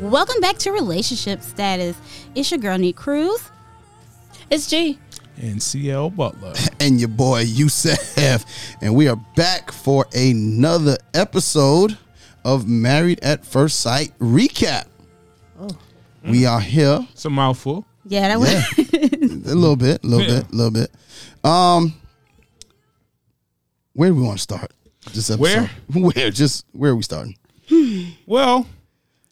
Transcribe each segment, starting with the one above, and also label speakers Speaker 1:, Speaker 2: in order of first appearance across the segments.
Speaker 1: Welcome back to Relationship Status. It's your girl, Neat Cruz. It's G.
Speaker 2: and CL Butler.
Speaker 3: and your boy Youssef. And we are back for another episode of Married at First Sight Recap.
Speaker 1: Oh.
Speaker 3: We are here
Speaker 2: It's a mouthful.
Speaker 1: Yeah, that was.
Speaker 3: Yeah. a little bit, a little
Speaker 2: Yeah.
Speaker 3: bit, a little bit. Um, where do we want to start? This episode.
Speaker 2: Where?
Speaker 3: Where? Just where are we starting?
Speaker 2: Well,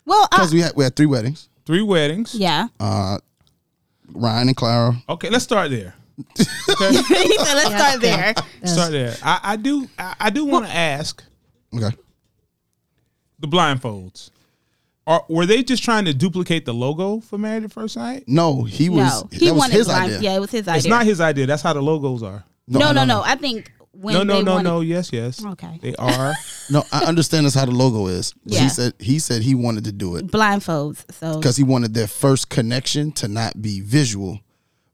Speaker 1: Well, uh,
Speaker 3: Because we had we had three weddings.
Speaker 2: three weddings.
Speaker 1: yeah.
Speaker 3: Uh, Ryan and Clara.
Speaker 2: Okay, let's start there.
Speaker 1: he said, let's start there.
Speaker 2: Start there. I, I do. I, I do want to ask
Speaker 3: Okay.
Speaker 2: the blindfolds. Are were they just trying to duplicate the logo for Married at First Sight?
Speaker 3: No, he was.
Speaker 1: No, he
Speaker 3: that was
Speaker 1: wanted
Speaker 3: his
Speaker 1: blind.
Speaker 3: idea.
Speaker 1: Yeah, it was his idea.
Speaker 2: It's not his idea. That's how the logos are.
Speaker 1: no, no, no,
Speaker 3: I know.
Speaker 1: I think when
Speaker 2: No, no,
Speaker 1: they
Speaker 2: no,
Speaker 1: wanted-
Speaker 2: no. Yes, yes.
Speaker 1: Okay.
Speaker 2: They are.
Speaker 3: No, I understand that's how the logo is. But
Speaker 1: Yeah.
Speaker 3: He said he said he wanted to do it.
Speaker 1: blindfolds. So
Speaker 3: because he wanted their first connection to not be visual,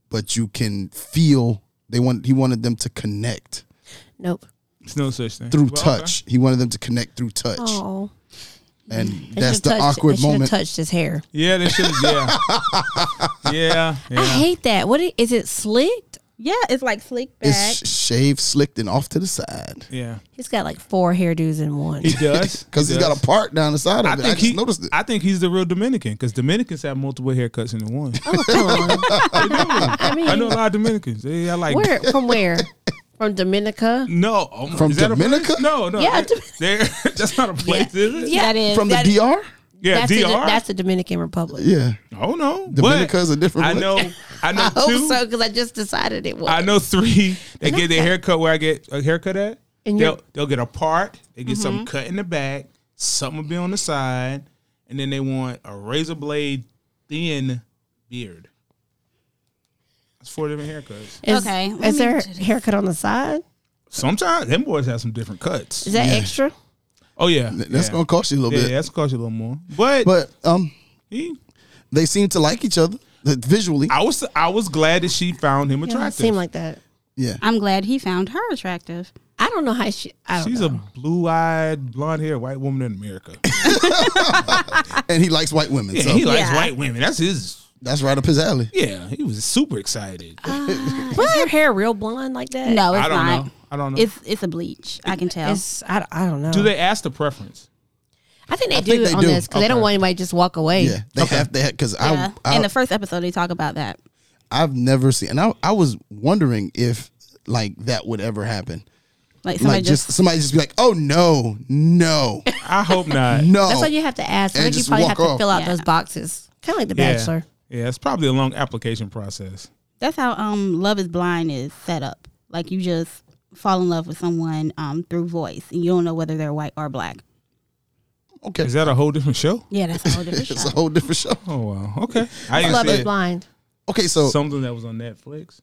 Speaker 3: but you can feel. They want he wanted them to connect
Speaker 4: Nope.
Speaker 2: It's no such thing.
Speaker 3: through
Speaker 2: Well, okay.
Speaker 3: touch. He wanted them to connect through touch,
Speaker 4: Oh,
Speaker 3: and that's the awkward moment.
Speaker 4: Touched his hair.
Speaker 2: Yeah, they should. Yeah. yeah.
Speaker 4: I
Speaker 2: Yeah.
Speaker 4: hate that. What i- is it? Slicked?
Speaker 1: yeah, it's like slick back.
Speaker 3: It's sh- shaved, slicked, and off to the side
Speaker 2: Yeah.
Speaker 4: He's got like four hairdos in one.
Speaker 2: He does
Speaker 3: because
Speaker 2: he
Speaker 3: he's got
Speaker 2: does.
Speaker 3: a part down the side of
Speaker 2: I
Speaker 3: it.
Speaker 2: think
Speaker 3: I just
Speaker 2: he,
Speaker 3: noticed it.
Speaker 2: I think he's the real Dominican because Dominicans have multiple haircuts in one.
Speaker 4: oh, come on. I mean,
Speaker 2: I know a lot of Dominicans. They are like
Speaker 4: where from? Where from Dominica?
Speaker 2: no oh my-
Speaker 3: From
Speaker 2: is that a place?
Speaker 3: Dominica?
Speaker 2: No, no.
Speaker 4: Yeah,
Speaker 2: they- they're- that's not a place, is it?
Speaker 4: Yeah.
Speaker 1: that is
Speaker 3: From the
Speaker 1: that-
Speaker 3: DR.
Speaker 2: yeah.
Speaker 4: that's,
Speaker 2: DR.
Speaker 4: The, that's the Dominican Republic.
Speaker 3: Yeah,
Speaker 2: oh no, but
Speaker 3: Dominica is a different.
Speaker 2: I
Speaker 3: place.
Speaker 2: know. I know
Speaker 4: I hope
Speaker 2: two.
Speaker 4: Oh, so because I just decided it was.
Speaker 2: I know three. They get their haircut where I get a haircut at.
Speaker 4: And
Speaker 2: they'll
Speaker 4: you're-
Speaker 2: they'll get a part. They get something cut in the back. Something will be on the side, and then they want a razor blade thin beard. That's four different haircuts.
Speaker 4: Is,
Speaker 1: Okay, let
Speaker 4: Is
Speaker 1: me
Speaker 4: there
Speaker 1: do this.
Speaker 4: haircut on the side?
Speaker 2: Sometimes them boys have some different cuts.
Speaker 4: Is that extra?
Speaker 2: Oh yeah,
Speaker 3: Th- That's
Speaker 2: yeah.
Speaker 3: gonna cost you a little
Speaker 2: yeah,
Speaker 3: bit,
Speaker 2: that's gonna cost you a little more. But,
Speaker 3: but um,
Speaker 2: he-
Speaker 3: they seem to like each other like, visually.
Speaker 2: I was I was glad that she found him
Speaker 4: It doesn't
Speaker 2: attractive.
Speaker 4: seem like that.
Speaker 3: yeah,
Speaker 1: I'm glad he found her attractive.
Speaker 4: I don't know how she. I don't
Speaker 2: She's
Speaker 4: know.
Speaker 2: a blue-eyed, blonde-haired white woman in America.
Speaker 3: and he likes white women,
Speaker 2: Yeah,
Speaker 3: so
Speaker 2: he likes
Speaker 1: Yeah.
Speaker 2: white women. That's his.
Speaker 3: that's right up his alley.
Speaker 2: Yeah, he was super excited.
Speaker 4: Ah, is her hair real blonde like that?
Speaker 1: No, it's
Speaker 2: I don't
Speaker 1: not.
Speaker 2: know. I don't know.
Speaker 1: It's it's a bleach. I can tell.
Speaker 4: It's, I, I don't know.
Speaker 3: Oh.
Speaker 2: Do they ask the preference?
Speaker 4: I think they
Speaker 3: I
Speaker 4: do
Speaker 3: think
Speaker 4: it
Speaker 3: they
Speaker 4: on
Speaker 3: do.
Speaker 4: this because they don't
Speaker 2: Okay.
Speaker 4: want anybody to just walk away.
Speaker 3: Yeah, they have they because
Speaker 1: yeah.
Speaker 3: I, I
Speaker 1: In the first episode, they talk about that.
Speaker 3: I've never seen, and I, I was wondering if like that would ever happen.
Speaker 1: Like somebody
Speaker 3: like
Speaker 1: just,
Speaker 3: just, somebody just be like, "Oh no, no,
Speaker 2: I hope not.
Speaker 3: no."
Speaker 4: That's why you have to ask. I
Speaker 3: Oh. And
Speaker 4: think you
Speaker 3: just
Speaker 4: probably
Speaker 3: walk
Speaker 4: have to
Speaker 3: off.
Speaker 4: fill out
Speaker 1: Yeah.
Speaker 4: those boxes, kind of like The
Speaker 2: Yeah.
Speaker 4: Bachelor.
Speaker 2: Yeah, it's probably a long application process.
Speaker 1: that's how um Love is Blind is set up. Like you just fall in love with someone um through voice, and you don't know whether they're white or black.
Speaker 3: okay,
Speaker 2: Is that a whole different show?
Speaker 1: Yeah, that's a whole different
Speaker 3: it's a
Speaker 1: show.
Speaker 3: whole different show.
Speaker 2: Oh wow. Okay. I
Speaker 4: Love is
Speaker 2: didn't see
Speaker 4: Blind.
Speaker 3: Okay, so
Speaker 2: it. something that was on Netflix.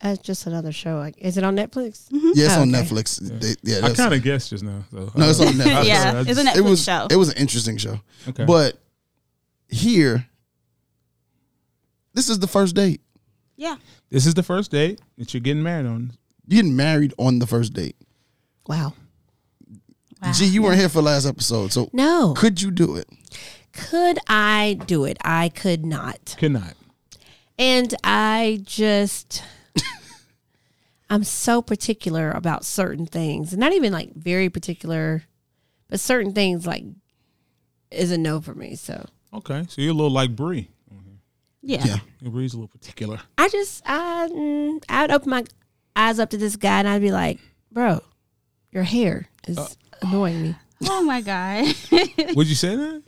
Speaker 4: That's just another show. Like, Is it on Netflix?
Speaker 1: Mm-hmm.
Speaker 3: yeah, it's
Speaker 4: Oh,
Speaker 3: on
Speaker 4: okay.
Speaker 3: Netflix. They- yeah,
Speaker 2: I
Speaker 3: that's-
Speaker 2: kind of guessed just now. So uh,
Speaker 3: no, it's on Netflix.
Speaker 2: Yeah,
Speaker 1: yeah,
Speaker 2: I
Speaker 1: it's a
Speaker 2: just-
Speaker 1: Netflix
Speaker 3: it was
Speaker 1: show.
Speaker 3: it was an interesting show,
Speaker 2: Okay.
Speaker 3: but here, this is the first date.
Speaker 1: yeah,
Speaker 2: this is the first date that you're getting married on.
Speaker 3: You getting married on the first date.
Speaker 4: Wow.
Speaker 1: Wow.
Speaker 3: Gee, you weren't here for last episode, so
Speaker 4: No.
Speaker 3: could you do it?
Speaker 4: Could I do it? I could not.
Speaker 2: Cannot.
Speaker 4: And I just, I'm so particular about certain things. Not even like very particular, but certain things like is a no for me. So
Speaker 2: Okay. So you're a little like Bree.
Speaker 1: yeah,
Speaker 3: Yeah,
Speaker 2: Bree's a little particular.
Speaker 4: I just, I, mm, I'd open my eyes up to this guy and I'd be like, bro, your hair is annoying me.
Speaker 1: Oh my god.
Speaker 2: Would you say that?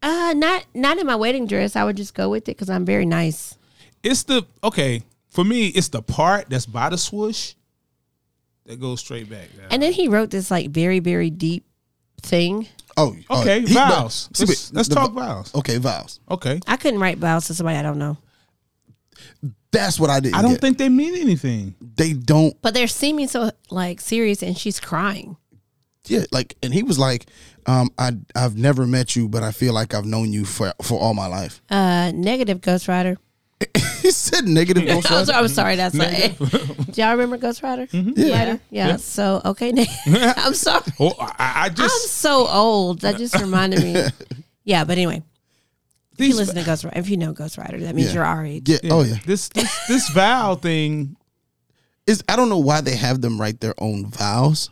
Speaker 4: Uh, not not in my wedding dress. I would just go with it because I'm very nice.
Speaker 2: It's the okay for me. It's the part that's by the swoosh that goes straight back.
Speaker 4: And then he wrote this like very very deep thing.
Speaker 3: Oh, oh,
Speaker 2: okay,
Speaker 3: he- but-
Speaker 2: vows.
Speaker 3: see,
Speaker 2: let's
Speaker 3: but
Speaker 2: let's
Speaker 3: the-
Speaker 2: talk vows.
Speaker 3: Okay, vows.
Speaker 2: Okay.
Speaker 4: I couldn't write vows to somebody I don't know,
Speaker 3: That's what I didn't.
Speaker 2: I don't
Speaker 3: get.
Speaker 2: think they mean anything.
Speaker 3: they don't
Speaker 4: but they're seeming so like serious, and she's crying.
Speaker 3: yeah like and he was like um i i've never met you but i feel like i've known you for for all my life
Speaker 4: Uh, negative Ghost Rider.
Speaker 3: he said negative Ghost
Speaker 4: I'm,
Speaker 3: Rider.
Speaker 4: so, I'm sorry, that's not it. Do y'all remember Ghost Rider?
Speaker 3: Mm-hmm. yeah
Speaker 4: Rider? Yeah. So okay, ne- I'm sorry.
Speaker 2: Oh, I, I
Speaker 4: I'm
Speaker 2: just
Speaker 4: so old. That just reminded me. Yeah, but anyway, If you
Speaker 2: These-
Speaker 4: listen to Ghost Rider, if you know Ghost Rider, that means
Speaker 3: Yeah.
Speaker 4: you're our age.
Speaker 3: Yeah. Oh yeah.
Speaker 2: This this this vow thing.
Speaker 3: It's, I don't know why they have them write their own vows,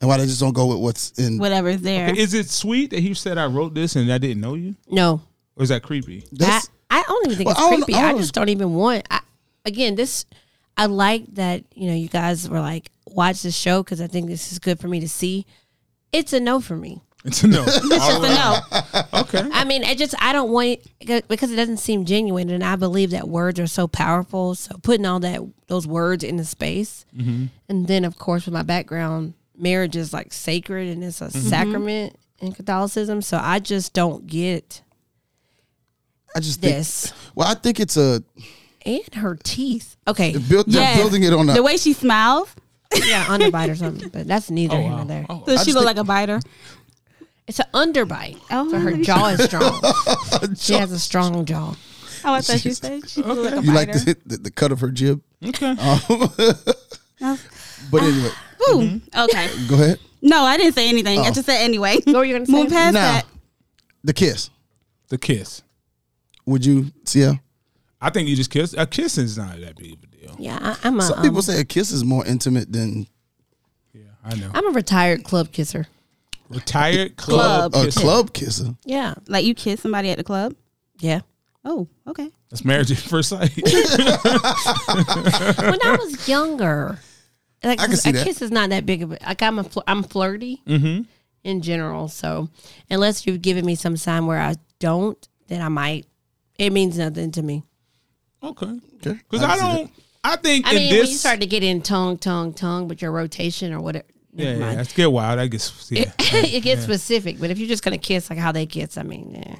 Speaker 3: and why they just don't go with what's in.
Speaker 1: Whatever's there.
Speaker 2: Is it sweet that he said I wrote this and I didn't know you,
Speaker 4: No,
Speaker 2: or is that creepy?
Speaker 4: I,
Speaker 3: That's-
Speaker 4: I don't even think
Speaker 3: Well, I
Speaker 4: it's
Speaker 3: don't- I
Speaker 4: creepy. I,
Speaker 3: don't-
Speaker 4: just don't even want. I, again, this I like that you know you guys were like watch this show because I think this is good for me to see. It's a no for me.
Speaker 2: It's a no.
Speaker 1: Just a no.
Speaker 2: okay.
Speaker 4: I mean, I just I don't want it because it doesn't seem genuine, and I believe that words are so powerful. So putting all that those words into space, and then of course with my background, marriage is like sacred and it's a sacrament in Catholicism. So I just don't get
Speaker 3: I just think,
Speaker 4: this.
Speaker 3: Well, I think it's a
Speaker 4: And her teeth. Okay,
Speaker 3: build, they're
Speaker 1: Yes.
Speaker 3: building it on
Speaker 1: the
Speaker 3: a.
Speaker 1: way she smiles.
Speaker 4: yeah, underbite or something, but that's neither
Speaker 2: Oh,
Speaker 4: here
Speaker 2: wow.
Speaker 4: nor there.
Speaker 2: Oh,
Speaker 1: Does
Speaker 3: just
Speaker 1: she look
Speaker 3: think-
Speaker 1: like a biter?
Speaker 4: It's an underbite.
Speaker 1: Oh,
Speaker 4: so her
Speaker 1: really?
Speaker 4: jaw is strong. she has a strong jaw.
Speaker 1: Oh, I thought you said she looked like a
Speaker 3: You like
Speaker 1: biter.
Speaker 3: the, the, the cut of her jib, Um,
Speaker 2: okay.
Speaker 3: but anyway,
Speaker 1: Ooh, okay.
Speaker 3: go ahead.
Speaker 1: No, I didn't say anything.
Speaker 3: Oh.
Speaker 1: I just said anyway.
Speaker 4: What were you gonna say?
Speaker 1: Move past
Speaker 3: Now,
Speaker 1: that.
Speaker 3: the kiss.
Speaker 2: The kiss.
Speaker 3: Would you, CL?
Speaker 2: I think you just kiss. A kiss is not that big of a deal.
Speaker 4: Yeah, I, I'm a
Speaker 3: Some
Speaker 4: um,
Speaker 3: people say a kiss is more intimate than
Speaker 2: Yeah, I know.
Speaker 4: I'm a retired club kisser.
Speaker 2: Retired club,
Speaker 4: Oh,
Speaker 3: a
Speaker 2: kisser.
Speaker 3: club kisser.
Speaker 4: Yeah,
Speaker 1: Like you kiss somebody at the club.
Speaker 4: yeah.
Speaker 1: Oh, okay.
Speaker 2: That's marriage at first sight.
Speaker 4: when I was younger, like
Speaker 3: I can see
Speaker 4: a
Speaker 3: that.
Speaker 4: kiss is not that big of a like I'm a fl- I'm flirty
Speaker 2: Mm-hmm.
Speaker 4: in general. So unless you've given me some sign where I don't, then I might. It means nothing to me.
Speaker 2: okay.
Speaker 3: Okay.
Speaker 2: Because I don't. I think in
Speaker 4: I mean,
Speaker 2: this.
Speaker 4: when you start to get in tongue, tongue, tongue, with your rotation or whatever.
Speaker 2: yeah,
Speaker 4: never
Speaker 2: yeah,
Speaker 4: mind.
Speaker 2: that's get wild. I guess. Yeah.
Speaker 4: it gets specific. But if you're just gonna kiss like how they kiss, I mean, yeah.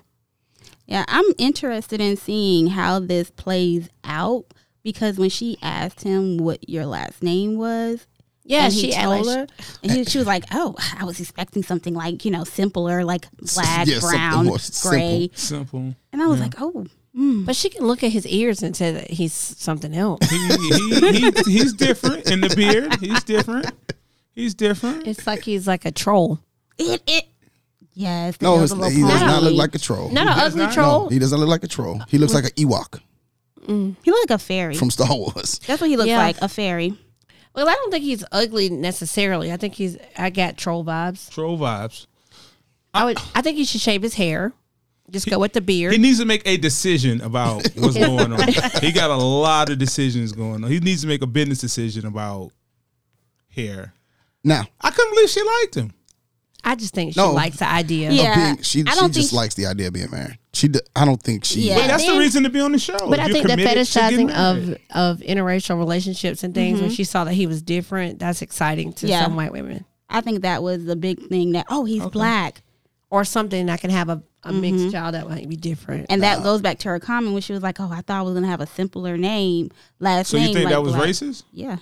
Speaker 1: Yeah, I'm interested in seeing how this plays out because when she asked him what your last name was,
Speaker 4: Yeah,
Speaker 1: and
Speaker 4: she
Speaker 1: he told her, and he, she was like, "Oh, I was expecting something like you know simpler, like black,
Speaker 3: yeah, something
Speaker 1: brown,
Speaker 3: more
Speaker 1: gray."
Speaker 3: simple.
Speaker 2: Simple.
Speaker 1: And I was like, "Oh,
Speaker 4: But she can look at his ears and say that he's something else.
Speaker 2: He, he, he, he's different in the beard. He's different. He's different.
Speaker 4: it's like he's like a troll,
Speaker 1: it, it, yes." the
Speaker 3: No, his,
Speaker 1: elbow
Speaker 3: he
Speaker 1: part.
Speaker 3: does not look
Speaker 4: No.
Speaker 3: like a troll.
Speaker 4: not an ugly
Speaker 2: not-
Speaker 4: troll.
Speaker 3: he doesn't look like a troll. He looks like an Ewok
Speaker 1: He looked like a fairy.
Speaker 3: from Star Wars.
Speaker 1: That's what he looked
Speaker 4: Yeah.
Speaker 1: like, a fairy.
Speaker 4: Well, I don't think he's ugly necessarily. I think he's I got troll vibes.
Speaker 2: Troll vibes.
Speaker 4: I would I think he should shave his hair. Just go with the beard.
Speaker 2: He needs to make a decision about what's going on. He got a lot of decisions going on. He needs to make a business decision about hair.
Speaker 3: Now,
Speaker 2: I couldn't believe she liked him.
Speaker 4: I just think she
Speaker 3: No.
Speaker 4: likes the idea.
Speaker 1: Yeah.
Speaker 3: being, she,
Speaker 1: I
Speaker 3: she
Speaker 1: don't
Speaker 3: just
Speaker 1: think-
Speaker 3: likes the idea of being married. She, d- I don't think she.
Speaker 1: Yeah.
Speaker 2: But that's the
Speaker 4: then-
Speaker 2: reason to be on the show.
Speaker 4: But
Speaker 2: If
Speaker 4: I
Speaker 2: Oh, you're
Speaker 4: think the
Speaker 2: committed to getting
Speaker 4: fetishizing of
Speaker 2: married.
Speaker 4: of interracial relationships and things when she saw that he was different, that's exciting to
Speaker 1: Yeah.
Speaker 4: some white women.
Speaker 1: I think that was the big thing that oh he's black,
Speaker 4: Or something that can have a, a mixed child that might be different.
Speaker 1: and that goes back to her comment when she was like, "Oh, I thought I was gonna have a simpler name last
Speaker 2: So
Speaker 1: name."
Speaker 2: you think
Speaker 1: like
Speaker 2: that was
Speaker 1: black."
Speaker 2: racist?
Speaker 1: Yeah,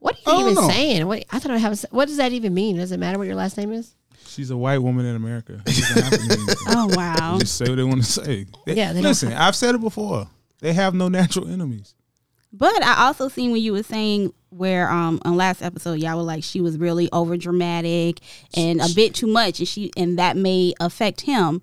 Speaker 4: what
Speaker 3: I
Speaker 4: are you
Speaker 3: don't
Speaker 4: even
Speaker 3: know.
Speaker 4: saying? What I thought I have what does that even mean? Does it matter what your last name is?
Speaker 2: She's a white woman in America. It doesn't happen to me.
Speaker 1: Oh wow.
Speaker 2: Just say what they want to say. They-
Speaker 4: Yeah, they don't-
Speaker 2: listen, I've said it before. They have no natural enemies.
Speaker 1: but I also seen when you were saying where um on last episode y'all were like she was really over dramatic and a bit too much and she and that may affect him.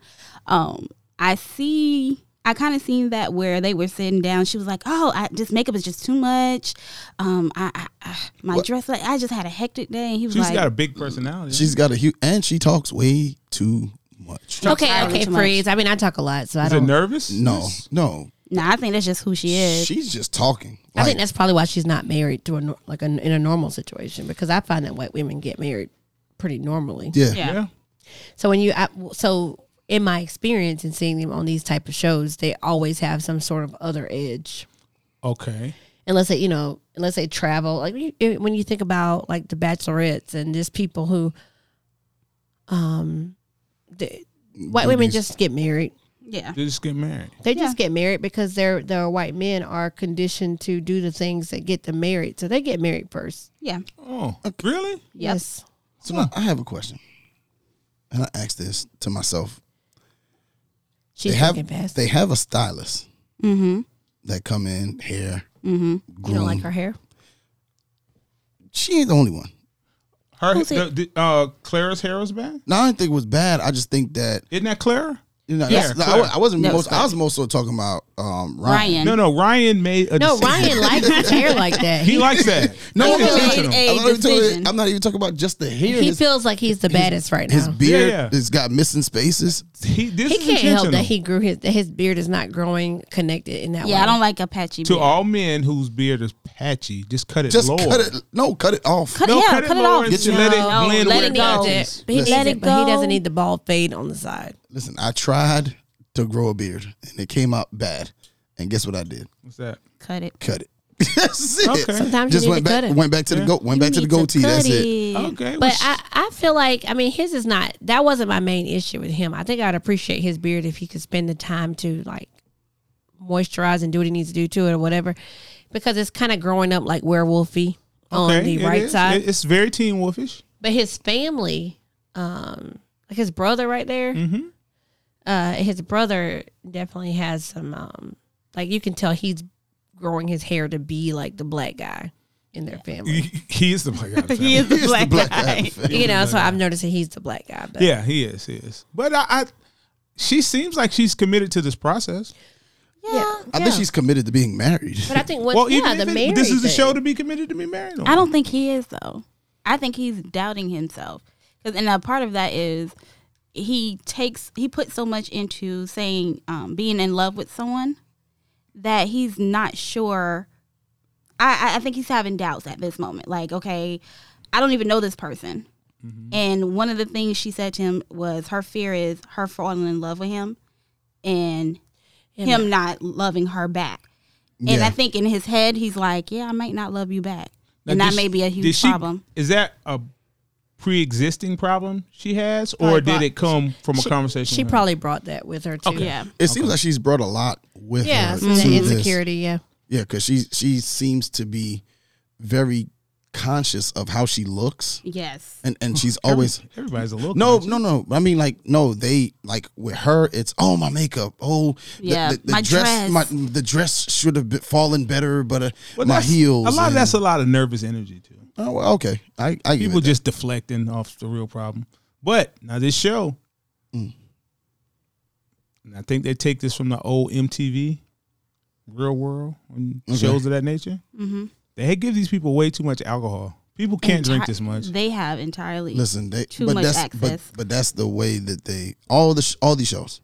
Speaker 1: Um I see I kind of seen that where they were sitting down. She was like, "Oh, I just makeup is just too much. Um, I, I, I my dress like I just had a hectic day." And he was
Speaker 2: She's
Speaker 1: like,
Speaker 2: got a big personality.
Speaker 3: She's got a huge, and she talks way too much.
Speaker 4: Okay,
Speaker 1: tired
Speaker 4: okay,
Speaker 1: too much.
Speaker 4: freeze. I mean I talk a lot, so I
Speaker 2: Is it
Speaker 4: don't
Speaker 2: nervous?
Speaker 3: No, no,
Speaker 1: "No, I think that's just who she is."
Speaker 3: she's just talking.
Speaker 4: I
Speaker 3: Like,
Speaker 4: think that's probably why she's not married to a nor- like a, in a normal situation because I find that white women get married pretty normally.
Speaker 3: yeah,
Speaker 1: yeah.
Speaker 2: Yeah.
Speaker 4: So when you I, so in my experience and seeing them on these type of shows, they always have some sort of other edge.
Speaker 2: Okay.
Speaker 4: Unless they, you know, unless they travel, like when you- eh, when you think about like the Bachelorettes and just people who, um, the, white women
Speaker 3: Movies.
Speaker 4: just get married.
Speaker 1: yeah.
Speaker 2: They just get married.
Speaker 4: They just get married because their their white men are conditioned to do the things that get them married. So they get married first.
Speaker 1: Yeah.
Speaker 2: Oh, really?
Speaker 4: Yes.
Speaker 3: So I- I have a question, and I asked this to myself.
Speaker 4: She's
Speaker 3: they have
Speaker 4: thinking fast.
Speaker 3: they have a stylist that come in hair
Speaker 4: You
Speaker 3: groom.
Speaker 4: don't like her hair?
Speaker 3: She ain't the only one.
Speaker 2: Her
Speaker 1: Who's
Speaker 2: the, the, uh, Clara's hair was bad.
Speaker 3: Now I didn't think it was bad. I just think that
Speaker 2: Isn't that Clara?
Speaker 3: You know,
Speaker 2: Yeah,
Speaker 3: that's- I, wa- I wasn't
Speaker 1: No,
Speaker 3: most.
Speaker 1: clear.
Speaker 3: I was most so talking about um, Ryan.
Speaker 1: Ryan.
Speaker 2: No, no. Ryan made a
Speaker 4: No,
Speaker 2: decision.
Speaker 4: Ryan likes his hair like that.
Speaker 2: He
Speaker 4: He,
Speaker 2: likes that.
Speaker 3: No,
Speaker 1: He
Speaker 3: I'm not
Speaker 1: made
Speaker 3: even-
Speaker 1: a
Speaker 3: I'm not even talking-
Speaker 1: decision.
Speaker 3: I'm not even talking about just the hair.
Speaker 4: he
Speaker 3: his,
Speaker 4: feels like he's the baddest right
Speaker 3: his
Speaker 4: now.
Speaker 3: beard
Speaker 2: Yeah, yeah.
Speaker 3: has got missing spaces.
Speaker 2: He this
Speaker 4: He
Speaker 2: is
Speaker 4: can't help that
Speaker 2: intentional.
Speaker 4: he grew his that his beard is not growing connected in that way.
Speaker 1: Yeah, I don't like a patchy
Speaker 2: to
Speaker 1: beard.
Speaker 2: all men whose beard is patchy, just cut it
Speaker 3: Just
Speaker 2: lower.
Speaker 3: cut it. No, cut it off.
Speaker 1: cut,
Speaker 2: No,
Speaker 1: yeah,
Speaker 2: cut
Speaker 1: cut,
Speaker 2: it
Speaker 1: it,
Speaker 2: lower
Speaker 1: off.
Speaker 2: and just let it
Speaker 1: No,
Speaker 2: blend
Speaker 1: let
Speaker 2: where
Speaker 1: it
Speaker 2: it
Speaker 1: go.
Speaker 2: matches.
Speaker 4: But he
Speaker 1: Let
Speaker 4: needs
Speaker 1: it
Speaker 4: it, but he
Speaker 1: go.
Speaker 4: doesn't need the bald fade on the side.
Speaker 3: Listen, I tried to grow a beard and it came out bad. And guess what I did?
Speaker 2: What's that?
Speaker 1: Cut it.
Speaker 3: Cut it. That's it.
Speaker 2: Okay.
Speaker 4: Sometimes
Speaker 3: Just
Speaker 4: you
Speaker 3: went
Speaker 4: need to
Speaker 3: back.
Speaker 4: cut it.
Speaker 3: Went back to the go. Went back to the
Speaker 1: need to
Speaker 3: goatee.
Speaker 1: cut
Speaker 3: That's it.
Speaker 2: Okay, well,
Speaker 4: But
Speaker 2: sh-
Speaker 4: I, I feel like I mean his is not that wasn't my main issue with him. I think I'd appreciate his beard if he could spend the time to like moisturize and do what he needs to do to it or whatever. Because it's kind of growing up like werewolfy on
Speaker 2: okay,
Speaker 4: the
Speaker 2: it
Speaker 4: right
Speaker 2: is.
Speaker 4: side.
Speaker 2: It- it's very Teen Wolfish.
Speaker 4: but his family, um, like his brother right there,
Speaker 2: Mm-hmm.
Speaker 4: uh, his brother definitely has some um, like you can tell he's growing his hair to be like the black guy in their family.
Speaker 2: He, he is the black guy.
Speaker 1: He is the
Speaker 3: It's
Speaker 1: black,
Speaker 3: the black
Speaker 1: guy.
Speaker 3: guy.
Speaker 4: you know, so I'm noticing he's the black guy. But
Speaker 2: Yeah, he is. He is. But I, I, she seems like she's committed to this process.
Speaker 1: Yeah.
Speaker 3: I think she's committed to being married.
Speaker 4: But I think once,
Speaker 2: well,
Speaker 4: yeah,
Speaker 2: even
Speaker 4: the
Speaker 2: if
Speaker 4: married
Speaker 2: it, this is
Speaker 4: thing.
Speaker 2: a show to be committed to be married on.
Speaker 1: I don't think he is though. I think he's doubting himself. 'Cause- and a part of that is he takes he puts so much into saying um, being in love with someone that he's not sure. I I- I think he's having doubts at this moment. Like, okay, I don't even know this person. And one of the things she said to him was her fear is her falling in love with him and him not loving her back. And
Speaker 3: Yeah.
Speaker 1: I think in his head, he's like, yeah, I might not love you back.
Speaker 2: Now,
Speaker 1: and that
Speaker 2: did
Speaker 1: may
Speaker 2: she-
Speaker 1: be a
Speaker 2: did
Speaker 1: huge
Speaker 2: she-
Speaker 1: problem.
Speaker 2: Is that a pre-existing problem she has, or
Speaker 4: Probably
Speaker 2: did
Speaker 4: not.
Speaker 2: it come from a conversation?
Speaker 4: She
Speaker 2: with her?
Speaker 4: probably brought that with her too.
Speaker 1: Yeah.
Speaker 3: It seems like she's brought a lot with
Speaker 4: yeah,
Speaker 3: her
Speaker 4: some of
Speaker 3: to
Speaker 4: the
Speaker 3: this.
Speaker 4: insecurity. Yeah,
Speaker 3: Yeah, because she she seems to be very conscious of how she looks,
Speaker 1: Yes.
Speaker 3: and and she's always
Speaker 2: Everybody's a little
Speaker 3: no
Speaker 2: conscious.
Speaker 3: no no. I mean like no, they like with her, it's oh my makeup, oh the-
Speaker 1: Yeah,
Speaker 3: the, the
Speaker 1: my dress.
Speaker 3: my the dress should have been fallen better, but uh,
Speaker 2: Well,
Speaker 3: my
Speaker 2: that's-
Speaker 3: heels.
Speaker 2: A lot of
Speaker 3: and-
Speaker 2: that's a lot of nervous energy too.
Speaker 3: oh, well, okay. I I give
Speaker 2: People
Speaker 3: it that.
Speaker 2: just deflecting off the real problem. But now this show,
Speaker 3: Mm.
Speaker 2: and I think they take this from the old MTV, Real World, and shows of that nature. Mm-hmm. They give these people way too much alcohol. People can't drink this much.
Speaker 1: They have entirely.
Speaker 3: listen. They
Speaker 1: too
Speaker 3: but
Speaker 1: much
Speaker 3: that's but
Speaker 1: access.
Speaker 3: but that's the way that they all the sh- all these shows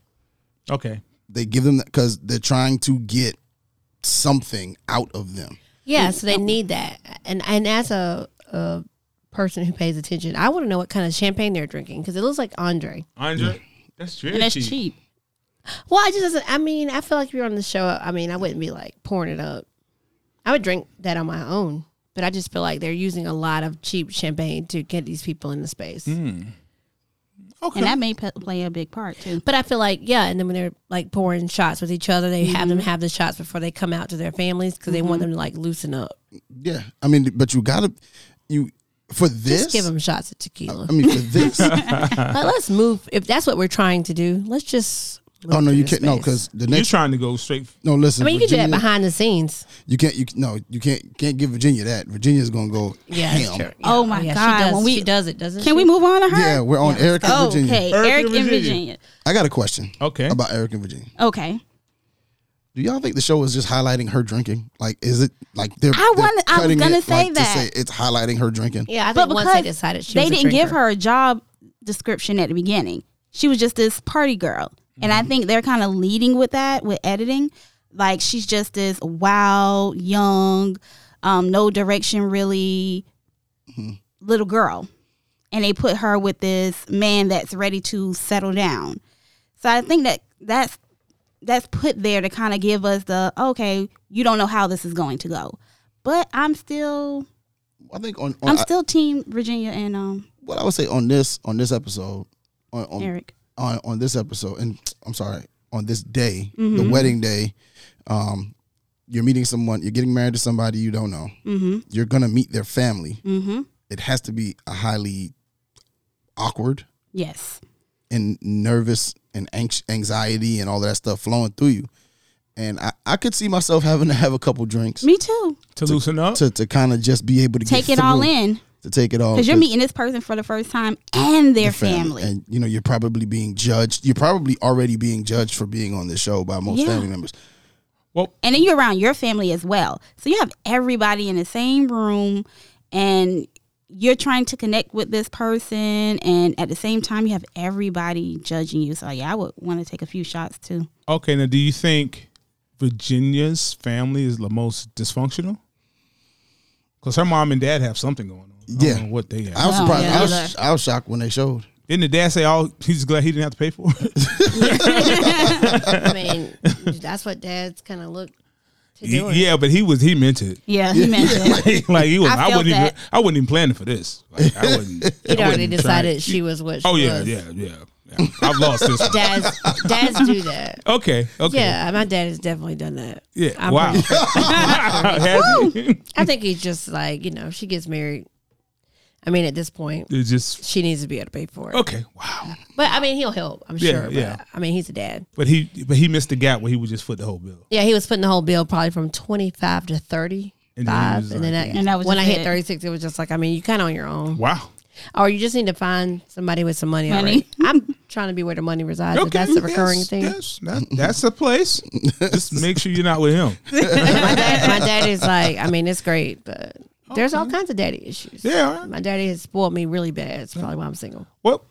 Speaker 2: Okay,
Speaker 3: they give them because they're trying to get something out of them.
Speaker 4: yeah. So they need that, and and as a, a person who pays attention, I want to know what kind of champagne they're drinking because it looks like Andre.
Speaker 2: Andre, that's true.
Speaker 1: and that's cheap.
Speaker 4: Well, I just doesn't. I mean, I feel like if you're on the show, I mean, I wouldn't be like pouring it up. I would drink that on my own, but I just feel like they're using a lot of cheap champagne to get these people into space.
Speaker 2: Okay,
Speaker 1: And that may p- play a big part too.
Speaker 4: But I feel like yeah, and then when they're like pouring shots with each other, they have
Speaker 1: Mm-hmm.
Speaker 4: them have the shots before they come out to their families because they want them to like loosen up.
Speaker 3: Yeah, I mean, but you gotta you for this.
Speaker 4: Just give them shots of tequila.
Speaker 3: I mean, for this. oh
Speaker 1: Uh-huh.
Speaker 4: Like, let's move. If that's what we're trying to do, let's just. move
Speaker 3: Oh,
Speaker 1: Oh,
Speaker 3: no,
Speaker 4: through
Speaker 3: you
Speaker 4: the
Speaker 3: can't. No,
Speaker 4: space.
Speaker 3: because the
Speaker 2: you're
Speaker 3: next.
Speaker 2: trying to go straight.
Speaker 3: No, listen.
Speaker 4: I mean, you can do that
Speaker 3: Virginia-
Speaker 4: behind the scenes.
Speaker 3: You can't. You no. You can't. Can't give Virginia that. Virginia's gonna go.
Speaker 4: Yeah,
Speaker 3: ham.
Speaker 4: that's true.
Speaker 1: Oh, my
Speaker 4: yeah,
Speaker 1: God,
Speaker 4: she does,
Speaker 1: when we-
Speaker 4: she does it, doesn't?
Speaker 1: Can
Speaker 4: she?
Speaker 1: we move on to her? Oh,
Speaker 3: Yeah, we're on Eric
Speaker 4: Oh,
Speaker 3: and Virginia.
Speaker 1: Okay.
Speaker 2: Eric
Speaker 1: Eric
Speaker 2: and
Speaker 1: in
Speaker 2: Virginia.
Speaker 1: Virginia.
Speaker 3: I got a question.
Speaker 2: Okay.
Speaker 3: About Eric and Virginia.
Speaker 1: Okay.
Speaker 3: Do y'all think the show is just highlighting her drinking? Like, is it like they're?
Speaker 1: I
Speaker 3: they're
Speaker 1: wanna- I was
Speaker 3: cutting
Speaker 1: gonna
Speaker 3: it,
Speaker 1: say
Speaker 3: like, to
Speaker 1: that.
Speaker 3: it's highlighting her drinking.
Speaker 4: Yeah, I
Speaker 1: But
Speaker 4: think once they
Speaker 1: because
Speaker 4: decided she
Speaker 1: they
Speaker 4: was a
Speaker 1: didn't give
Speaker 4: drinker.
Speaker 1: her a job description at the beginning, she was just this party girl. And
Speaker 4: Mm-hmm.
Speaker 1: I think they're kind of leading with that with editing. Like she's just this wow, young, um, no direction really little girl. And they put her with this man that's ready to settle down. So I think that that's that's put there to kind of give us the okay, you don't know how this is going to go. But I'm still
Speaker 3: I think on,
Speaker 1: I'm
Speaker 3: on I,
Speaker 1: still team Virginia and um
Speaker 3: what I would say on this on this episode on on,
Speaker 1: Eric.
Speaker 3: on on this episode and I'm sorry on this day
Speaker 1: Mm-hmm.
Speaker 3: the wedding day um you're meeting someone you're getting married to somebody you don't know
Speaker 1: Mhm.
Speaker 3: you're gonna meet their family
Speaker 1: Mhm.
Speaker 3: it has to be a highly awkward
Speaker 1: Yes.
Speaker 3: and nervous and anx- anxiety and all that stuff flowing through you and I, I could see myself having to have a couple drinks
Speaker 1: Me too.
Speaker 2: To loosen up.
Speaker 3: to, to kind of just be able to
Speaker 1: Take
Speaker 3: get
Speaker 1: it all
Speaker 3: through-
Speaker 1: in.
Speaker 3: to to take it all.
Speaker 1: Because you're meeting this person for the first time and their family.
Speaker 3: And you know, you're probably being judged. You're probably already being judged for being on this show by most
Speaker 1: Yeah.
Speaker 3: family members.
Speaker 2: Well,
Speaker 1: and then you're around your family as well. So you have everybody in the same room and you're trying to connect with this person and at the same time you have everybody judging you. So yeah, I would want to take a few shots too.
Speaker 2: okay. Now, do you think Virginia's family is the most dysfunctional? Because her mom and dad have something going on. I don't
Speaker 3: Yeah.
Speaker 2: know what they have.
Speaker 3: I was
Speaker 1: Wow.
Speaker 3: surprised.
Speaker 1: Yeah.
Speaker 3: I, was, I was shocked when they showed.
Speaker 2: Didn't the dad say, "Oh, he's glad he didn't have to pay for it"?
Speaker 4: I mean, that's what dads kind of look to
Speaker 2: He-
Speaker 4: doing.
Speaker 2: yeah, but he was he meant it.
Speaker 1: Yeah, he mentioned it.
Speaker 2: like he was,
Speaker 1: I
Speaker 2: I,
Speaker 1: felt
Speaker 2: wouldn't
Speaker 1: that.
Speaker 2: even. I wasn't even planning for this. Like, I wouldn't. I
Speaker 4: He'd already
Speaker 2: wouldn't try-
Speaker 4: decided she was what she
Speaker 2: Oh yeah,
Speaker 4: was.
Speaker 2: yeah, yeah, yeah. I've lost this. One.
Speaker 4: Dads, dads do that.
Speaker 2: Okay, okay.
Speaker 4: Yeah, my dad has definitely done that.
Speaker 2: Yeah.
Speaker 4: I'm
Speaker 2: wow.
Speaker 4: pretty-
Speaker 2: Has he?
Speaker 4: I think he's just like, you know, she gets married. I mean, at this point,
Speaker 2: It's just
Speaker 4: she needs to be able to pay for it.
Speaker 2: okay. Wow.
Speaker 4: But I mean, he'll help, I'm
Speaker 2: Yeah,
Speaker 4: sure. But,
Speaker 2: yeah.
Speaker 4: I mean, he's a dad.
Speaker 2: But he but he missed the gap where he would just foot the whole bill.
Speaker 4: Yeah, he was putting the whole bill probably from 25 to 35.
Speaker 2: And
Speaker 4: And
Speaker 2: then he was
Speaker 4: then,
Speaker 2: like-
Speaker 4: I-
Speaker 1: And that was
Speaker 4: when I
Speaker 1: just
Speaker 4: hit
Speaker 1: it.
Speaker 4: 36, it was just like, I mean, you kind of on your own.
Speaker 2: Wow.
Speaker 4: Or you just need to find somebody with some money,
Speaker 1: Money.
Speaker 4: already. I'm trying to be where the money resides. If that's a recurring
Speaker 2: yes,
Speaker 4: thing.
Speaker 2: Yes, that, that's the place. Just make sure you're not with him.
Speaker 4: my, dad, my daddy's like, I mean, it's great, but there's all kinds of daddy issues.
Speaker 2: Yeah. all right.
Speaker 4: My daddy has spoiled me really bad. It's probably why I'm single.
Speaker 2: Well,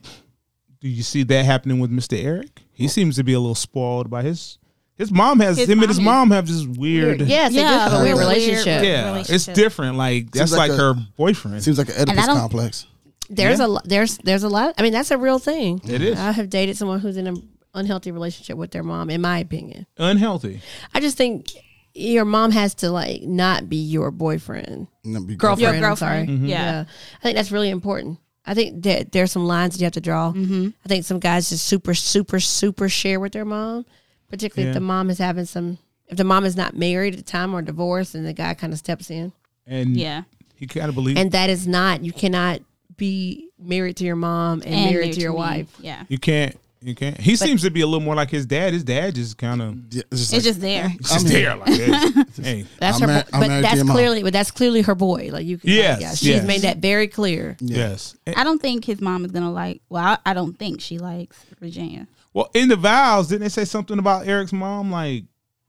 Speaker 2: do you see that happening with Mr. Eric? He seems to be a little spoiled by his his mom has
Speaker 1: His
Speaker 2: him
Speaker 1: mom
Speaker 2: and his
Speaker 1: is-
Speaker 2: mom have this weird.
Speaker 4: Yeah, it's a
Speaker 1: Yeah,
Speaker 4: diff- a
Speaker 1: a
Speaker 4: weird
Speaker 1: weird
Speaker 4: relationship.
Speaker 1: relationship.
Speaker 2: Yeah, it's
Speaker 1: Relationship.
Speaker 2: different. Like that's like,
Speaker 3: like a-
Speaker 2: her boyfriend.
Speaker 3: Seems like an Oedipus
Speaker 1: don't-
Speaker 3: complex.
Speaker 4: There's
Speaker 2: Yeah.
Speaker 4: a lo- there's there's a lot. I mean, that's a real thing.
Speaker 2: It is.
Speaker 4: I have dated someone who's in an unhealthy relationship with their mom. In my opinion,
Speaker 2: unhealthy.
Speaker 4: I just think your mom has to like not be your boyfriend,
Speaker 3: And that'd be great.
Speaker 4: girlfriend.
Speaker 1: Your
Speaker 4: I'm sorry.
Speaker 1: girlfriend. Mhm. Yeah.
Speaker 4: I think that's really important. I think that there's some lines that you have to draw. I think some guys just super super super share with their mom, particularly
Speaker 2: Yeah.
Speaker 4: if the mom is having some. If the mom is not married at the time or divorced, and the guy kind of steps in.
Speaker 2: And
Speaker 1: Yeah.
Speaker 2: he kind of believes
Speaker 4: and that is not you cannot be married to your mom and, married, to your
Speaker 1: me.
Speaker 4: wife
Speaker 1: Yeah.
Speaker 2: you can't. You can't. He seems to be a little more like his dad. His dad just kind of
Speaker 3: Yeah, it's just
Speaker 1: It's
Speaker 3: like-
Speaker 1: just there.
Speaker 2: just there like hey, hey.
Speaker 4: that's
Speaker 3: I'm
Speaker 4: her
Speaker 3: mar-
Speaker 4: bo-
Speaker 3: I'm married
Speaker 4: but
Speaker 3: to
Speaker 4: that's
Speaker 3: your mom.
Speaker 4: clearly but that's clearly her boy like you can like,
Speaker 2: Yes,
Speaker 4: yeah, she's
Speaker 2: yes.
Speaker 4: made that very clear
Speaker 2: Yes. And-
Speaker 1: I don't think his mom is gonna like. Well, I, I don't think she likes Virginia.
Speaker 2: well, in the vows, didn't they say something about Eric's mom, like,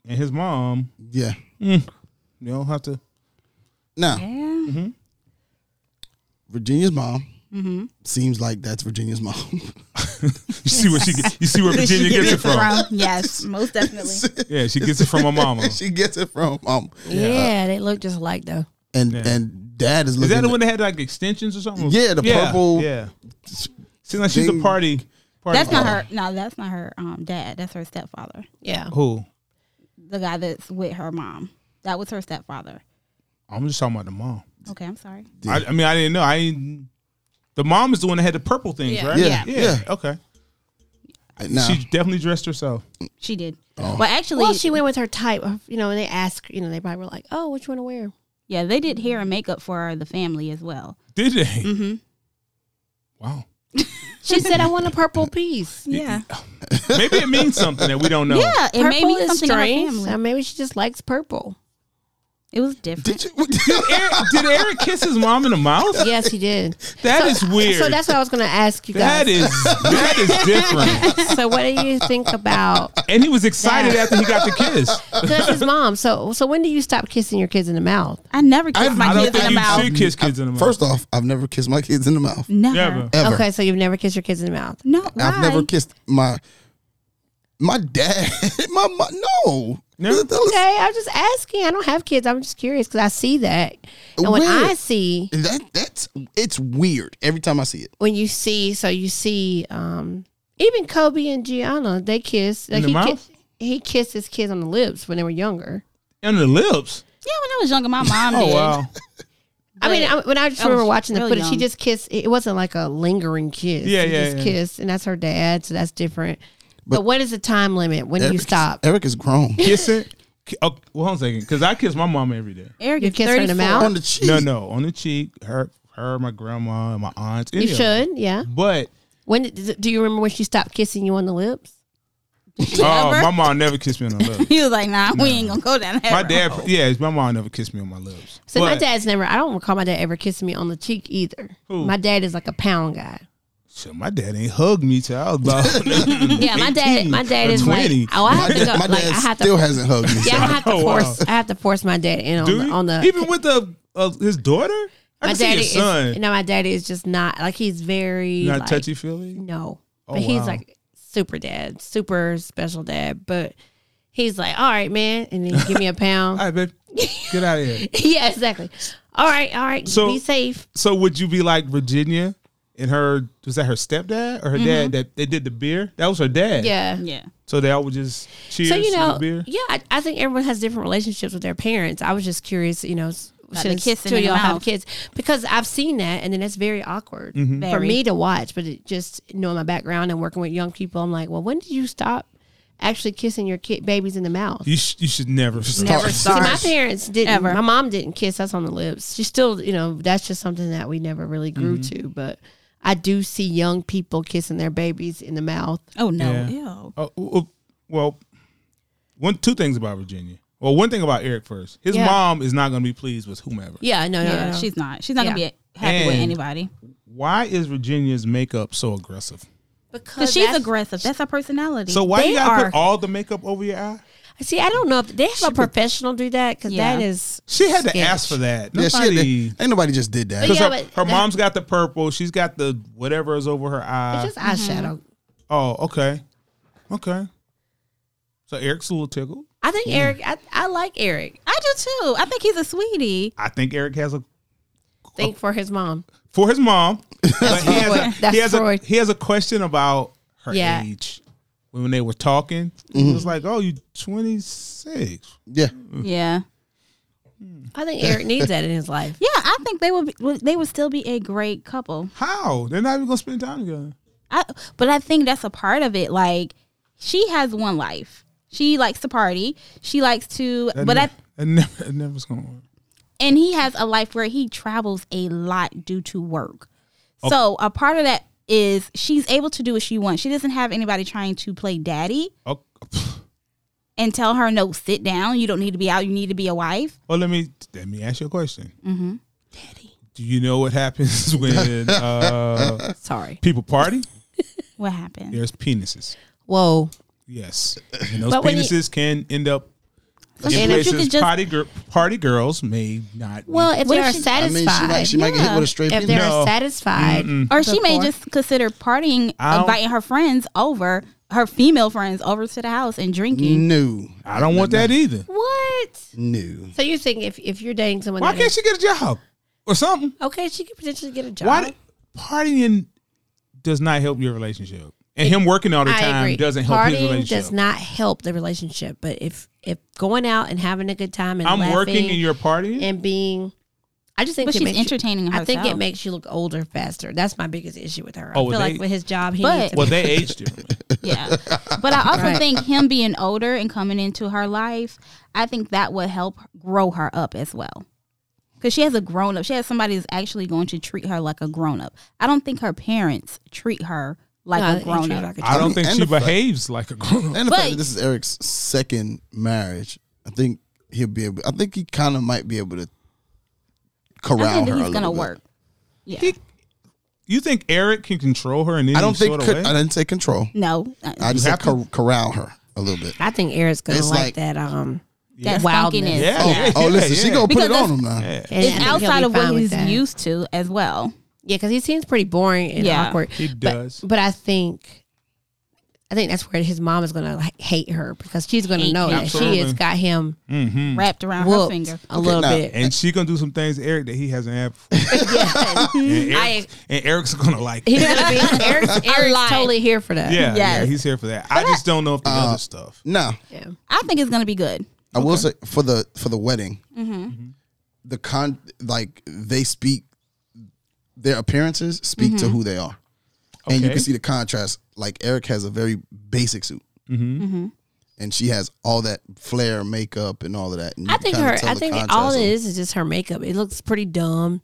Speaker 2: and his mom?
Speaker 3: yeah.
Speaker 2: You don't have to.
Speaker 3: Now,
Speaker 1: Yeah,
Speaker 3: Virginia's mom seems like that's Virginia's mom.
Speaker 2: You see where she get, you see where Virginia gets it from?
Speaker 1: yes, most definitely.
Speaker 2: Yeah, she gets it from her mama. Is
Speaker 3: she gets it from mom, Uh,
Speaker 4: yeah, they look just alike though
Speaker 3: and and dad is looking.
Speaker 2: that the
Speaker 3: at-
Speaker 2: one that had like extensions or something?
Speaker 3: Yeah, the purple
Speaker 2: Yeah. Seems like she's a
Speaker 3: thing.
Speaker 2: party. party
Speaker 1: That's not
Speaker 2: girl.
Speaker 1: her. No, that's not her um, dad. That's her stepfather.
Speaker 4: yeah
Speaker 2: Who?
Speaker 1: The guy that's with her mom. That was her stepfather.
Speaker 2: I'm just talking about the mom.
Speaker 1: Okay, I'm sorry.
Speaker 2: I, I mean, I didn't know. I didn't, the mom is the one that had the purple things,
Speaker 4: Yeah.
Speaker 2: right?
Speaker 3: Yeah,
Speaker 2: yeah.
Speaker 3: yeah.
Speaker 2: Okay.
Speaker 3: now,
Speaker 2: She definitely dressed herself.
Speaker 1: She did.
Speaker 2: Oh.
Speaker 1: Well, actually,
Speaker 4: well she went with her type of- you know and they asked you know they probably were like oh what you want to wear
Speaker 1: yeah, they did hair and makeup for the family as well.
Speaker 2: Did they? Mm-hmm. Wow.
Speaker 4: she said i want a purple piece
Speaker 1: Yeah,
Speaker 2: Oh. Maybe it means something that we don't know.
Speaker 1: yeah. It may
Speaker 4: purple
Speaker 1: be something in her
Speaker 4: Uh,
Speaker 1: family.
Speaker 4: maybe she just likes purple
Speaker 1: It was different.
Speaker 3: did you?
Speaker 2: Eric, did Eric kiss his mom in the mouth?
Speaker 4: yes he did
Speaker 2: That is weird.
Speaker 4: so that's what i was gonna ask you guys
Speaker 2: that is that is different.
Speaker 4: so what do you think about
Speaker 2: And he was excited after he got the kiss.
Speaker 4: That's his mom. So so when do you stop kissing your kids in the mouth?
Speaker 1: I never kissed
Speaker 2: I
Speaker 1: my
Speaker 2: don't
Speaker 1: kids in
Speaker 2: think
Speaker 1: the
Speaker 2: you
Speaker 1: mouth.
Speaker 2: should kiss kids in the mouth.
Speaker 3: First off, I've never kissed my kids in the mouth
Speaker 1: Never.
Speaker 2: Never.
Speaker 3: ever.
Speaker 4: Okay, so you've never kissed your kids in the mouth.
Speaker 1: No, why?
Speaker 3: I've never kissed my my dad. my, my no.
Speaker 2: No?
Speaker 3: That was-
Speaker 4: Okay, I'm just asking. I don't have kids. I'm just curious because I see that, and when
Speaker 3: Weird.
Speaker 4: I see,
Speaker 3: That that's it's weird every time I see it.
Speaker 4: when you see, so you see, um, even Kobe and Gianna, they kiss. Like
Speaker 2: the
Speaker 4: he, ki-
Speaker 2: mouth?
Speaker 4: he kissed his kids on the lips when they were younger.
Speaker 2: And the lips.
Speaker 1: Yeah, when I was younger, my mom
Speaker 2: Oh
Speaker 1: did.
Speaker 2: wow.
Speaker 4: I mean, I, when I just
Speaker 1: I was
Speaker 4: remember watching the
Speaker 1: really
Speaker 4: footage, he
Speaker 1: young.
Speaker 4: just kissed. It wasn't like a lingering kiss.
Speaker 2: Yeah,
Speaker 4: he
Speaker 2: yeah,
Speaker 4: just
Speaker 2: yeah.
Speaker 4: kissed, and that's her dad, so that's different. But, what is the time limit? When do you
Speaker 3: Eric is-
Speaker 4: stop?
Speaker 3: Eric is grown.
Speaker 2: Kissing. Ki- Oh, well, hold on a second, because I kiss my mom every day.
Speaker 1: Eric
Speaker 4: You
Speaker 1: is
Speaker 4: kiss her in the
Speaker 1: 34.
Speaker 4: mouth?
Speaker 3: On the cheek.
Speaker 2: No, no, on the cheek. Her, her, my grandma, and my aunts. any
Speaker 4: You
Speaker 2: of them.
Speaker 4: should, yeah.
Speaker 2: But
Speaker 4: When did, do you remember when she stopped kissing you on the lips?
Speaker 2: Oh, my mom never kissed me on the lips.
Speaker 1: He was like, nah, we ain't gonna go down that
Speaker 2: My
Speaker 1: road.
Speaker 2: dad, yeah, my mom never kissed me on my lips.
Speaker 4: So my
Speaker 2: But-
Speaker 4: dad's never. I don't recall my dad ever kissing me on the cheek either.
Speaker 2: Who?
Speaker 4: My dad is like a pound guy.
Speaker 2: Shit, my dad ain't hugged me till I was about.
Speaker 4: Yeah, my dad.
Speaker 2: 18
Speaker 4: My dad
Speaker 2: or
Speaker 4: is
Speaker 2: 20.
Speaker 4: like. Oh, I
Speaker 3: My
Speaker 4: have to go.
Speaker 3: dad, my
Speaker 4: like,
Speaker 3: dad
Speaker 4: I have
Speaker 3: still
Speaker 4: to.
Speaker 3: hasn't hugged me.
Speaker 4: Yeah, I have to
Speaker 2: Oh, wow.
Speaker 4: force. I have to force my dad in on
Speaker 2: Do
Speaker 4: the,
Speaker 2: you?
Speaker 4: on the.
Speaker 2: even with the uh, his daughter. I
Speaker 4: my
Speaker 2: can see
Speaker 4: daddy
Speaker 2: his son.
Speaker 4: is. No, my daddy is just not like he's very
Speaker 2: you not
Speaker 4: like,
Speaker 2: touchy feely.
Speaker 4: No.
Speaker 2: Oh,
Speaker 4: but he's
Speaker 2: wow.
Speaker 4: like super dad, super special dad. But he's like, all right, man. And then he give me a pound.
Speaker 2: All right, babe, get out of here.
Speaker 4: yeah, exactly. All right, all right.
Speaker 2: So-
Speaker 4: be safe.
Speaker 2: So would you be like Virginia and her? Was that her stepdad or her dad that they did the beer? That was her dad.
Speaker 4: Mm-hmm. Yeah.
Speaker 1: Yeah.
Speaker 2: So they all would just cheers
Speaker 4: So, you
Speaker 2: to
Speaker 4: know,
Speaker 2: the beer.
Speaker 4: yeah, I, I think everyone has different relationships with their parents. I was just curious, you know, s-
Speaker 1: About the
Speaker 4: since
Speaker 1: kissing
Speaker 4: two of
Speaker 1: in the
Speaker 4: y'all have
Speaker 1: mouth.
Speaker 4: kids, because I've seen that and then it's very awkward
Speaker 2: Mm-hmm.
Speaker 4: for
Speaker 1: Very.
Speaker 4: me to watch. But it just knowing my background and working with young people, I'm like, well, when did you stop actually kissing your kid babies in the mouth?
Speaker 2: You sh- you should never stop.
Speaker 3: Never
Speaker 4: See, my
Speaker 1: Stars.
Speaker 4: parents didn't.
Speaker 1: Ever.
Speaker 4: My mom didn't kiss us on the lips. She still, you know, that's just something that we never really grew to. But I do see young people kissing their babies in the mouth.
Speaker 1: Oh no.
Speaker 2: Yeah.
Speaker 1: Ew.
Speaker 2: Uh, uh, well, one two things about Virginia. Well, one thing about Eric first. His
Speaker 4: Yeah.
Speaker 2: mom is not going to be pleased with whomever.
Speaker 4: Yeah, no, no,
Speaker 1: Yeah,
Speaker 4: no.
Speaker 1: she's not. She's not
Speaker 4: Yeah.
Speaker 1: gonna be happy with
Speaker 2: And-
Speaker 1: anybody.
Speaker 2: Why is Virginia's makeup so aggressive?
Speaker 1: Because
Speaker 4: because
Speaker 1: she's
Speaker 4: that's-
Speaker 1: aggressive. That's her personality.
Speaker 2: So why
Speaker 4: They
Speaker 2: you gotta
Speaker 4: are-
Speaker 2: put all the makeup over your eye?
Speaker 4: See, I don't know if they have a professional do that because
Speaker 1: Yeah.
Speaker 4: that is.
Speaker 2: She had to
Speaker 4: sketch.
Speaker 2: ask for that.
Speaker 3: Yeah, she had to-
Speaker 2: Nobody.
Speaker 3: ain't nobody just did that.
Speaker 4: But
Speaker 2: Because
Speaker 4: Yeah,
Speaker 2: her,
Speaker 4: but
Speaker 2: her
Speaker 4: that-
Speaker 2: mom's got the purple. She's got the whatever is over her eye.
Speaker 4: It's just eyeshadow.
Speaker 2: oh, okay, okay. So Eric's a little tickled.
Speaker 4: I think Eric. I, I like Eric.
Speaker 1: I do too. I think he's a sweetie.
Speaker 2: I think Eric has a
Speaker 4: Think for his mom.
Speaker 2: for his mom, but he has, a,
Speaker 4: Freud. That's
Speaker 2: he, has a,
Speaker 4: Freud.
Speaker 2: he has a question about her
Speaker 4: Yeah.
Speaker 2: age. When they were talking,
Speaker 3: Mm-hmm.
Speaker 2: he was like, "Oh, you 26."
Speaker 3: Yeah.
Speaker 1: Yeah.
Speaker 4: I think Eric needs that in his life.
Speaker 1: Yeah, I think they would. Be, would- they would still be a great couple.
Speaker 2: How? They're not even gonna spend time together.
Speaker 1: I, but I think that's a part of it. Like she has one life. She likes to party. She likes to,
Speaker 2: That
Speaker 1: but
Speaker 2: ne-
Speaker 1: I
Speaker 2: that never, that never's gonna work.
Speaker 1: and he has a life where he travels a lot due to work. So a part of that is she's able to do what she wants. She doesn't have anybody trying to play daddy
Speaker 2: Oh,
Speaker 1: and tell her no, sit down. You don't need to be out. You need to be a wife.
Speaker 2: well, let me let me ask you a question. Mm-hmm. Daddy, do you know what happens when uh,
Speaker 4: Sorry.
Speaker 2: people party?
Speaker 1: What happened?
Speaker 2: There's penises.
Speaker 4: Whoa.
Speaker 2: Yes, and those
Speaker 4: But when you-
Speaker 2: penises can end up.
Speaker 1: if you
Speaker 2: In
Speaker 1: could
Speaker 2: places,
Speaker 1: just-
Speaker 2: party, gir- party girls may not. be-
Speaker 4: Well, if
Speaker 1: What
Speaker 4: they
Speaker 1: if
Speaker 4: are
Speaker 1: she-
Speaker 3: I mean,
Speaker 4: satisfied,
Speaker 3: she, might, she might get hit
Speaker 1: Yeah.
Speaker 3: with a straight
Speaker 4: if
Speaker 3: penis.
Speaker 4: they
Speaker 2: No.
Speaker 4: are satisfied,
Speaker 1: Or she may
Speaker 4: Before.
Speaker 1: just consider partying,
Speaker 2: I don't-
Speaker 1: inviting her friends over, her female friends over to the house and
Speaker 2: Mm.
Speaker 1: drinking.
Speaker 3: No.
Speaker 2: I don't want that either.
Speaker 4: what?
Speaker 3: No.
Speaker 4: So you think if if you're dating someone,
Speaker 2: Why
Speaker 4: that
Speaker 2: can't
Speaker 4: is-
Speaker 2: she get a job or something?
Speaker 4: Okay, she could potentially get a job.
Speaker 2: Why partying does not help your relationship, and him working all the
Speaker 4: I
Speaker 2: time
Speaker 4: agree.
Speaker 2: doesn't help
Speaker 4: Partying
Speaker 2: his relationship.
Speaker 4: does not help the relationship, but if if going out and having a good time and
Speaker 2: I'm
Speaker 4: laughing
Speaker 2: working and you're partying.
Speaker 4: and being, I just think
Speaker 1: But
Speaker 4: it
Speaker 1: she's
Speaker 4: makes
Speaker 1: entertaining
Speaker 4: You, I think it
Speaker 1: herself.
Speaker 4: makes you look older faster. That's my biggest issue with her. I
Speaker 2: Oh,
Speaker 4: feel
Speaker 2: well, they-
Speaker 4: like with his job, he
Speaker 1: But-
Speaker 4: needs to
Speaker 2: well, they age differently.
Speaker 1: Yeah. But I also
Speaker 4: Right.
Speaker 1: think him being older and coming into her life, I think that would help grow her up as well. Because she has a grown up. She has somebody that's actually going to treat her like a grown up. I don't think her parents treat her like
Speaker 4: No, I
Speaker 1: a
Speaker 4: think she
Speaker 1: grown
Speaker 4: was
Speaker 1: up.
Speaker 4: like a
Speaker 2: I don't think
Speaker 3: and
Speaker 2: she
Speaker 3: the fact-
Speaker 2: behaves like a grown up.
Speaker 3: And the fact
Speaker 1: But-
Speaker 3: that this is Eric's second marriage, I think he'll be able. I think he kind of might be able to corral
Speaker 1: I think
Speaker 3: her.
Speaker 1: that
Speaker 3: a
Speaker 1: he's going to
Speaker 3: little bit.
Speaker 1: work. Yeah.
Speaker 2: You think Eric can control her in any
Speaker 3: I don't think
Speaker 2: sort
Speaker 3: co-
Speaker 2: of
Speaker 3: I
Speaker 2: way?
Speaker 3: didn't say control.
Speaker 1: no. uh,
Speaker 3: I just
Speaker 2: You
Speaker 3: said
Speaker 2: have
Speaker 3: cor- corral her a little bit.
Speaker 4: I think Eric's gonna
Speaker 3: It's
Speaker 4: like,
Speaker 3: like-
Speaker 4: that. Um,
Speaker 1: That's
Speaker 4: Wildness.
Speaker 1: funkiness.
Speaker 2: Yeah.
Speaker 3: Oh,
Speaker 2: yeah,
Speaker 3: oh, listen,
Speaker 2: yeah.
Speaker 3: she gonna put
Speaker 1: Because
Speaker 3: it on him now.
Speaker 4: and I
Speaker 1: It's
Speaker 4: think he'll
Speaker 1: outside
Speaker 4: be
Speaker 1: of what
Speaker 4: fine with
Speaker 1: he's
Speaker 4: that.
Speaker 1: used to as well.
Speaker 4: Yeah, because he seems pretty boring and
Speaker 1: Yeah.
Speaker 4: awkward.
Speaker 2: He
Speaker 4: But-
Speaker 2: does.
Speaker 4: but, I think, I think that's where his mom is gonna like, hate her because she's gonna
Speaker 1: Hate
Speaker 4: know
Speaker 1: him.
Speaker 4: that she
Speaker 2: Absolutely.
Speaker 4: has got him
Speaker 1: Wrapped around her
Speaker 4: whooped
Speaker 1: finger.
Speaker 4: a little
Speaker 3: now,
Speaker 4: bit.
Speaker 2: And she gonna do some things to Eric that he hasn't had. Before. and, Eric's, and Eric's gonna like. It.
Speaker 4: He's gonna be Eric's, Eric's totally here for that.
Speaker 2: Yeah, yeah,
Speaker 1: Yes.
Speaker 2: he's here for that. I just don't know if the
Speaker 3: Uh,
Speaker 2: other stuff.
Speaker 3: No,
Speaker 4: Yeah.
Speaker 1: I think it's going to be good.
Speaker 3: I will say for the for the wedding,
Speaker 2: Mm-hmm.
Speaker 3: Mm-hmm. the con like they speak their appearances speak to who they are, and you
Speaker 2: Mm-hmm. Okay.
Speaker 3: can see the contrast. Like Eric has a very basic suit,
Speaker 2: Mm-hmm.
Speaker 4: Mm-hmm.
Speaker 3: and she has all that flair, makeup, and all of that. And
Speaker 4: I
Speaker 3: you can
Speaker 4: think
Speaker 3: kinda
Speaker 4: her.
Speaker 3: tell
Speaker 4: I
Speaker 3: the
Speaker 4: think
Speaker 3: contrast
Speaker 4: all
Speaker 3: of-
Speaker 4: it um, is is just her makeup. It looks pretty dumb.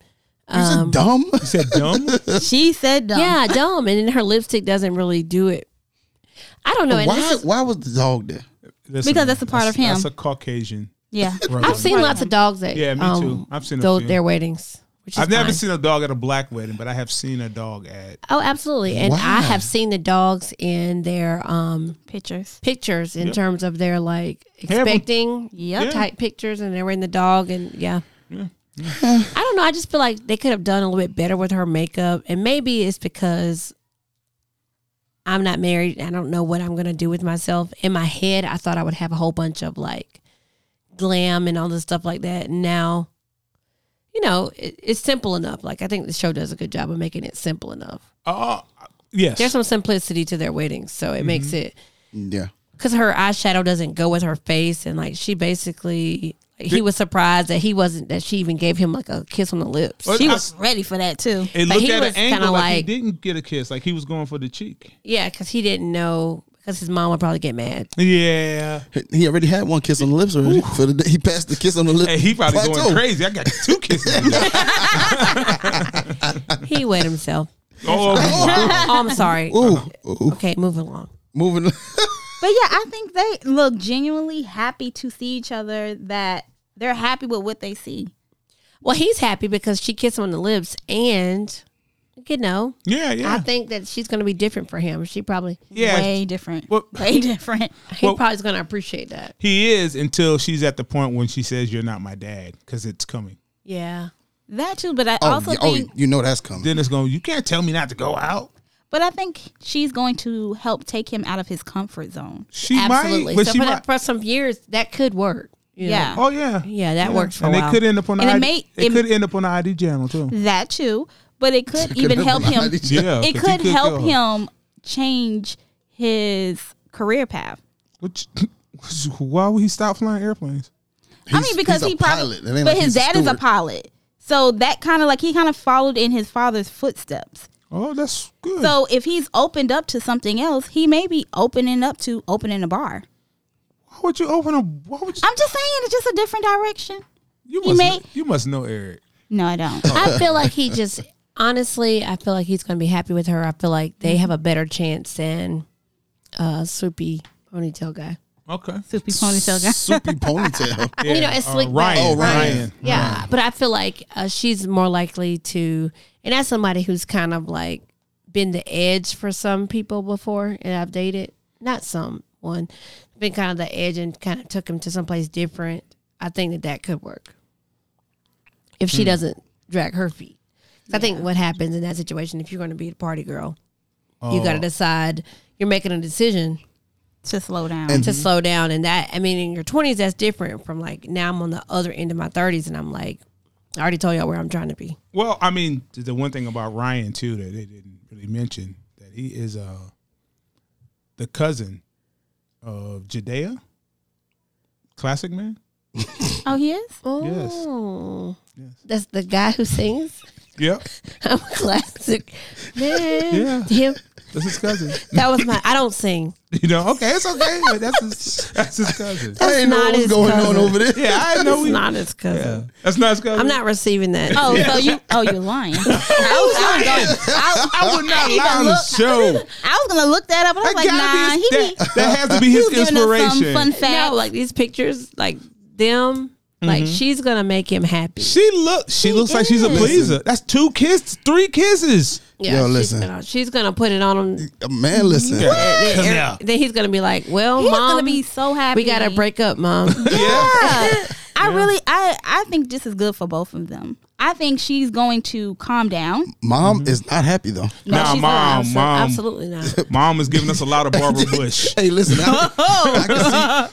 Speaker 3: You said dumb.
Speaker 2: He said dumb.
Speaker 1: She said dumb.
Speaker 4: Yeah, dumb. And then her lipstick doesn't really do it. I don't know. And this
Speaker 3: Why?
Speaker 4: is-
Speaker 3: Why was the dog there?
Speaker 2: That's
Speaker 1: Because that's a part of him.
Speaker 2: That's a Caucasian.
Speaker 1: Yeah.
Speaker 4: I've seen lots of dogs that
Speaker 2: Yeah, me too. I've seen a
Speaker 4: tho-
Speaker 2: few.
Speaker 4: their weddings. Which is
Speaker 2: I've never
Speaker 4: fine.
Speaker 2: seen a dog at a black wedding, but I have seen a dog at.
Speaker 4: Oh, absolutely. And
Speaker 3: Wow.
Speaker 4: I have seen the dogs in their um,
Speaker 1: Pictures.
Speaker 4: pictures in terms of their like
Speaker 2: them.
Speaker 4: expecting
Speaker 1: Yep.
Speaker 4: type pictures and they were in the dog and yeah. I don't know. I just feel like they could have done a little bit better with her makeup. And maybe it's because I'm not married. I don't know what I'm going to do with myself. In my head, I thought I would have a whole bunch of like glam and all this stuff like that. And now, you know, it, it's simple enough. Like, I think the show does a good job of making it simple enough.
Speaker 2: Oh, yes.
Speaker 4: There's some simplicity to their weddings. So it makes it
Speaker 3: Yeah.
Speaker 4: because her eyeshadow doesn't go with her face, and like she basically, he was surprised that he wasn't that she even gave him like a kiss on the lips.
Speaker 2: Well,
Speaker 1: She
Speaker 2: I-
Speaker 1: was ready for that too.
Speaker 2: It
Speaker 4: But
Speaker 2: looked
Speaker 4: he
Speaker 2: at an
Speaker 4: was
Speaker 2: angle
Speaker 4: kinda
Speaker 2: like,
Speaker 4: like-
Speaker 2: he didn't get a kiss, like he was going for the cheek.
Speaker 4: Yeah, because he didn't know because his mom would probably get mad.
Speaker 2: Yeah,
Speaker 3: He already had one kiss on the lips already. For the, he passed the kiss on the lips.
Speaker 2: hey, he probably
Speaker 3: plateau.
Speaker 2: going crazy. I got two kisses.
Speaker 4: He wet himself.
Speaker 2: oh,
Speaker 4: oh, I'm sorry.
Speaker 3: Ooh, ooh,
Speaker 4: Okay, moving along.
Speaker 3: moving.
Speaker 1: But yeah, I think they look genuinely happy to see each other. That they're happy with what they see.
Speaker 4: Well, he's happy because she kissed him on the lips, and you know,
Speaker 2: yeah,
Speaker 4: I
Speaker 2: yeah.
Speaker 4: think that she's going to be different for him. She probably
Speaker 2: Yeah.
Speaker 1: Way different.
Speaker 2: Well-
Speaker 1: Way different.
Speaker 4: he
Speaker 2: Well-
Speaker 4: probably's going to appreciate that.
Speaker 2: He is until she's at the point when she says, "You're not my dad," because it's coming.
Speaker 4: Yeah.
Speaker 1: That too. But I
Speaker 3: Oh,
Speaker 1: also
Speaker 3: yeah, oh,
Speaker 1: think.
Speaker 3: you know that's coming.
Speaker 2: Then it's going. You can't tell me not to go out.
Speaker 1: But I think she's going to help take him out of his comfort zone.
Speaker 2: She
Speaker 4: Absolutely.
Speaker 2: might, but
Speaker 4: so
Speaker 2: she
Speaker 4: for,
Speaker 2: might.
Speaker 4: that, for some years, that could work. you know.
Speaker 1: Yeah.
Speaker 2: oh yeah,
Speaker 4: Yeah, that works for
Speaker 2: and
Speaker 4: a
Speaker 2: they
Speaker 4: while.
Speaker 2: could end up on the
Speaker 1: And it
Speaker 2: ID,
Speaker 1: may-
Speaker 2: it,
Speaker 1: it-
Speaker 2: could end up on the ID channel too.
Speaker 1: That too. But it could even help him.
Speaker 2: Yeah,
Speaker 1: It
Speaker 2: 'cause he
Speaker 1: could help
Speaker 2: kill her.
Speaker 1: him change his career path.
Speaker 2: Which, why would he stop flying airplanes?
Speaker 1: I mean, because he probably,
Speaker 3: It ain't
Speaker 1: but
Speaker 3: like
Speaker 1: his
Speaker 3: he's
Speaker 1: dad is a
Speaker 3: steward.
Speaker 1: pilot, so that kind of like he kind of followed in his father's footsteps.
Speaker 2: Oh, that's good.
Speaker 1: So if he's opened up to something else, he may be opening up to opening a bar.
Speaker 2: why would you open a? Why would you?
Speaker 1: I'm just saying, it's just a different direction.
Speaker 2: You
Speaker 1: he
Speaker 2: must,
Speaker 1: may-
Speaker 2: you must know Eric.
Speaker 1: No, I don't.
Speaker 4: I feel like he just honestly, I feel like he's going to be happy with her. I feel like they have a better chance than uh swoopy ponytail guy.
Speaker 2: Okay.
Speaker 1: Soupy ponytail guy.
Speaker 3: Soupy ponytail.
Speaker 4: you know,
Speaker 2: Yeah,
Speaker 4: it's
Speaker 2: uh,
Speaker 4: slick
Speaker 2: Ryan.
Speaker 4: back.
Speaker 2: Oh, Ryan. Ryan.
Speaker 4: Yeah, but I feel like uh, she's more likely to, and that's somebody who's kind of like been the edge for some people before, and I've dated not someone, been kind of the edge and kind of took him to someplace different. I think that that could work if she doesn't drag her feet. 'Cause I think what happens in that situation, if you're going to be the party girl, you got to decide. You're making a decision
Speaker 1: to slow down.
Speaker 4: to slow down and that i mean in your 20s that's different from like now i'm on the other end of my 30s and i'm like i already told y'all where i'm trying to be
Speaker 2: Well, I mean, th- the one thing about Ryan too that they didn't really mention that he is uh the cousin of Jadea, classic man.
Speaker 1: oh, he is.
Speaker 4: oh that's the guy who sings
Speaker 2: Yep,
Speaker 4: i'm a classic man
Speaker 2: Yeah.
Speaker 4: Him-
Speaker 2: that's his cousin.
Speaker 4: that was my i don't sing
Speaker 2: You know, okay, it's okay. but That's his, that's his cousin.
Speaker 3: I ain't know
Speaker 4: not
Speaker 3: what was
Speaker 4: his
Speaker 3: going on
Speaker 4: cousin.
Speaker 3: over there.
Speaker 2: Yeah, I know.
Speaker 4: it's
Speaker 2: We,
Speaker 4: not his cousin
Speaker 2: yeah, that's not his cousin.
Speaker 4: i'm not receiving that
Speaker 1: Oh, so you? Oh, you're lying. I was, I was going, I,
Speaker 2: I would not
Speaker 1: ain't
Speaker 2: lie
Speaker 1: gonna
Speaker 2: on the
Speaker 1: look-
Speaker 2: show.
Speaker 1: I was gonna look that up, and I was
Speaker 2: That
Speaker 1: like, nah, he
Speaker 2: gotta be
Speaker 1: be.
Speaker 2: his, that, that has to be his
Speaker 1: he was giving us some fun
Speaker 2: inspiration.
Speaker 1: facts.
Speaker 4: no like these pictures like them like she's gonna make him happy
Speaker 2: She look, she looks like she's a
Speaker 4: is.
Speaker 2: pleaser. That's two kisses, three kisses.
Speaker 4: yeah
Speaker 3: Yo,
Speaker 4: she's
Speaker 3: listen.
Speaker 4: gonna- she's gonna put it on him
Speaker 3: Uh, Man, listen.
Speaker 4: then,
Speaker 2: Come
Speaker 4: Eric-
Speaker 2: now.
Speaker 4: then he's gonna be like well
Speaker 1: He's
Speaker 4: mom
Speaker 1: gonna be so happy.
Speaker 4: we gotta break up mom
Speaker 1: Yeah. I really, I, I think this is good for both of them. I think she's going to calm down.
Speaker 3: Mom is not happy though.
Speaker 1: No,
Speaker 2: Nah,
Speaker 1: she's
Speaker 2: mom,
Speaker 1: not.
Speaker 4: Abso-
Speaker 2: mom.
Speaker 4: Absolutely not.
Speaker 2: Mom is giving us a lot of Barbara Bush.
Speaker 3: Hey, listen, I, I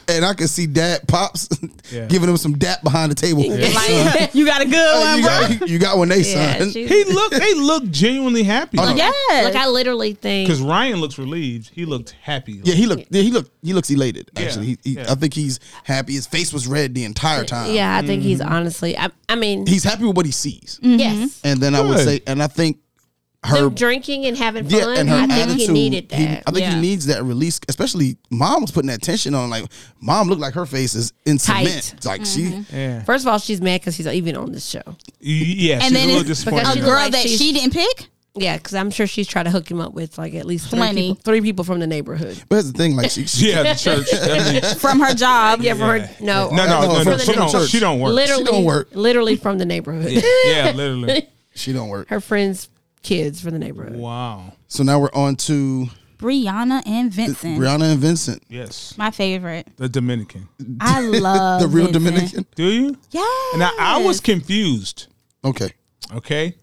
Speaker 3: can see, and I can see Dad pops
Speaker 2: Yeah.
Speaker 3: giving him some dap behind the table. Son,
Speaker 1: Like, you got a good
Speaker 3: hey,
Speaker 1: one,
Speaker 3: you,
Speaker 1: bro.
Speaker 3: got, you got one, they
Speaker 4: Yeah,
Speaker 3: son.
Speaker 4: she's-
Speaker 2: He looked, they looked genuinely happy.
Speaker 1: Yes.
Speaker 4: like I literally think
Speaker 2: Because Ryan looks relieved. He looked happy.
Speaker 3: Yeah, he looked. Yeah, he looked. He looks elated.
Speaker 2: Yeah,
Speaker 3: Actually, he, he,
Speaker 2: yeah.
Speaker 3: I think he's happy. His face was red the entire time.
Speaker 4: yeah, I think he's honestly I, I mean
Speaker 3: he's happy with what Mm-hmm. he sees.
Speaker 4: Mm. yes.
Speaker 3: And then I would
Speaker 2: Good.
Speaker 3: say, and I think her,
Speaker 4: Them drinking and having fun.
Speaker 3: yeah, and her
Speaker 4: I think
Speaker 3: attitude.
Speaker 4: he needed that.
Speaker 3: he- I think
Speaker 4: yeah.
Speaker 3: he needs that release, especially mom was putting that tension on. Like mom looked like her face is in
Speaker 4: Tight. Mm-hmm.
Speaker 3: cement. Like she,
Speaker 2: Yeah.
Speaker 4: First of all, she's mad because he's even on this show.
Speaker 2: Y- Yeah,
Speaker 1: and
Speaker 2: she's a
Speaker 1: then
Speaker 2: little
Speaker 1: it's a
Speaker 2: disappointed.
Speaker 4: she
Speaker 1: girl
Speaker 4: Like
Speaker 1: that
Speaker 4: she's-
Speaker 1: she didn't pick.
Speaker 4: Yeah, because I'm sure she's trying to hook him up with like at least three
Speaker 1: Plenty.
Speaker 4: people, three people from the neighborhood.
Speaker 3: But that's the thing, like she, she
Speaker 2: Yeah, the church. I mean,
Speaker 1: from her job.
Speaker 4: Yeah, for
Speaker 2: Yeah.
Speaker 4: her, no,
Speaker 2: no,
Speaker 4: or-
Speaker 2: no, no,
Speaker 4: from
Speaker 2: no.
Speaker 4: the
Speaker 2: She
Speaker 4: neighborhood.
Speaker 2: don't, she don't work.
Speaker 4: Literally,
Speaker 3: uh, She don't work.
Speaker 4: literally from the neighborhood.
Speaker 2: Yeah, literally.
Speaker 3: she don't work.
Speaker 4: Her friends' kids from the neighborhood.
Speaker 2: Wow.
Speaker 3: So now we're on to
Speaker 1: Brianna and Vincent.
Speaker 3: Brianna and Vincent,
Speaker 2: Yes.
Speaker 1: my favorite.
Speaker 2: The Dominican.
Speaker 1: I love
Speaker 3: the real
Speaker 1: Vincent.
Speaker 3: Dominican.
Speaker 2: Do you?
Speaker 1: Yeah.
Speaker 2: And I, I was confused.
Speaker 3: Okay,
Speaker 2: Okay.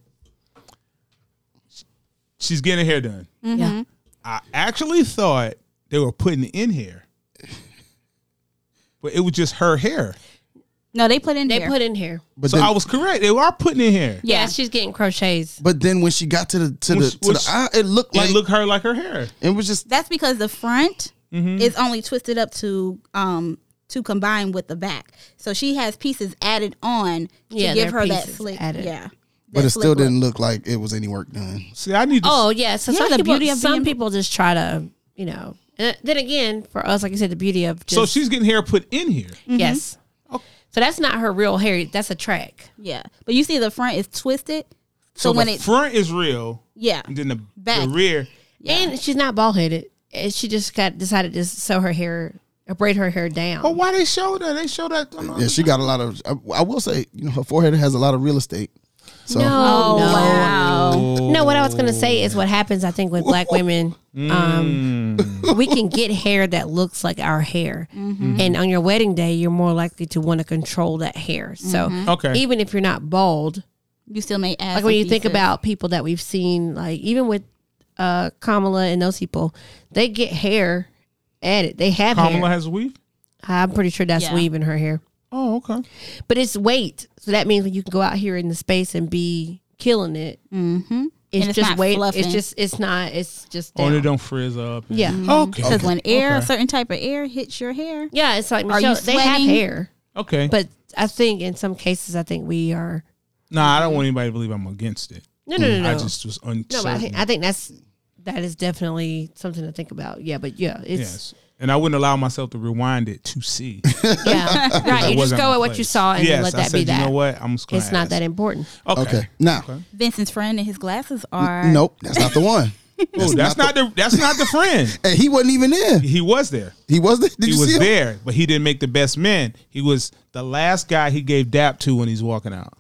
Speaker 2: She's getting her hair done.
Speaker 1: Mm-hmm.
Speaker 4: Yeah.
Speaker 2: I actually thought they were putting in hair, but it was just her hair.
Speaker 1: No, they put in
Speaker 4: They
Speaker 1: there.
Speaker 4: put in here.
Speaker 3: but
Speaker 2: So
Speaker 3: then,
Speaker 2: I was correct. They are putting in hair.
Speaker 4: Yeah,
Speaker 1: Yeah.
Speaker 4: she's getting crochets.
Speaker 3: but then when she got to the to the
Speaker 2: Which-
Speaker 3: to the
Speaker 2: which-
Speaker 3: eye, it looked like
Speaker 2: it looked her like her hair.
Speaker 3: it was just
Speaker 1: That's because the front
Speaker 3: Mm-hmm.
Speaker 1: is only twisted up to um to combine with the back. So she has pieces added on to
Speaker 4: Yeah,
Speaker 1: give
Speaker 4: there are
Speaker 1: her that
Speaker 4: pieces
Speaker 1: slick.
Speaker 4: added.
Speaker 1: Yeah.
Speaker 3: but
Speaker 1: that
Speaker 3: it still
Speaker 1: slick look.
Speaker 3: didn't look like it was any work done.
Speaker 2: See, I need to.
Speaker 4: Oh yeah, so
Speaker 1: Yeah,
Speaker 4: some
Speaker 1: the
Speaker 4: people,
Speaker 1: beauty of
Speaker 4: some
Speaker 1: being-
Speaker 4: people just try to, you know. And then again, for us, like you said, the beauty of just Mm,
Speaker 2: so she's mm-hmm. getting hair put in here.
Speaker 4: yes. So that's not her real hair. That's a track.
Speaker 1: Yeah. But you see the front is twisted. So,
Speaker 2: So,
Speaker 1: when
Speaker 2: the
Speaker 1: it
Speaker 2: front is real,
Speaker 1: yeah.
Speaker 2: and then the,
Speaker 1: Back.
Speaker 2: the rear.
Speaker 4: And she's not bald headed. And she just got decided to sew her hair, or braid her hair down.
Speaker 2: But Oh, why they show that? They show that. on the-
Speaker 3: Yeah, she got a lot of. I, I will say, you know, her forehead has a lot of real estate. So
Speaker 1: Oh, wow.
Speaker 2: Oh.
Speaker 4: No, what I was gonna say is what happens. I think with black women,
Speaker 2: Mm.
Speaker 4: um, we can get hair that looks like our hair,
Speaker 1: Mm-hmm.
Speaker 4: and on your wedding day, you're more likely to want to control that hair. So,
Speaker 1: Mm-hmm.
Speaker 2: Okay.
Speaker 4: even if you're not bald,
Speaker 1: You still may add
Speaker 4: like when
Speaker 1: some
Speaker 4: you think
Speaker 1: pieces.
Speaker 4: about people that we've seen, like even with uh, Kamala and those people, they get hair added. They have
Speaker 2: Kamala
Speaker 4: hair.
Speaker 2: has a weave.
Speaker 4: I'm pretty sure that's
Speaker 1: Yeah.
Speaker 4: weave in her hair,
Speaker 2: Oh, okay.
Speaker 4: but it's weight. So that means when you can go out here in the space and be killing it.
Speaker 1: mm-hmm.
Speaker 4: It's,
Speaker 1: And it's
Speaker 4: just
Speaker 1: not
Speaker 4: weight. It's
Speaker 1: fluffing.
Speaker 4: just it's not. It's just down.
Speaker 2: Only Oh, don't frizz up. Mm-hmm.
Speaker 4: Yeah.
Speaker 2: Okay.
Speaker 1: Because when air, a
Speaker 2: Okay.
Speaker 1: certain type of air hits your hair,
Speaker 4: Yeah, it's like
Speaker 1: Are you
Speaker 4: Michelle, they have
Speaker 1: sweating?
Speaker 4: hair,
Speaker 2: Okay.
Speaker 4: but I think in some cases, I think we are.
Speaker 2: nah, I don't want anybody to believe I'm against it.
Speaker 4: No, no, no, no.
Speaker 2: I just was
Speaker 4: no,
Speaker 2: uncertain.
Speaker 4: but I think I think that's that is definitely something to think about. Yeah, but yeah, it's
Speaker 2: yes, and I wouldn't allow myself to rewind it to see.
Speaker 4: yeah, right.
Speaker 2: That
Speaker 4: You just
Speaker 2: wasn't
Speaker 4: go
Speaker 2: my
Speaker 4: at what
Speaker 2: place.
Speaker 4: you saw and
Speaker 2: Yes,
Speaker 4: let
Speaker 2: I
Speaker 4: that
Speaker 2: said,
Speaker 4: be that.
Speaker 2: You know what? I'm just gonna
Speaker 4: It's not
Speaker 2: ask.
Speaker 4: that important.
Speaker 2: Okay.
Speaker 3: okay, now
Speaker 1: Vincent's friend and his glasses are
Speaker 3: nope, that's not the one.
Speaker 2: Ooh, that's not the that's not the friend.
Speaker 3: And he wasn't even there.
Speaker 2: He was there.
Speaker 3: He was there. Did
Speaker 2: He
Speaker 3: you see
Speaker 2: was
Speaker 3: him?
Speaker 2: there, but he didn't make the best men. He was the last guy he gave dap to when he's walking out.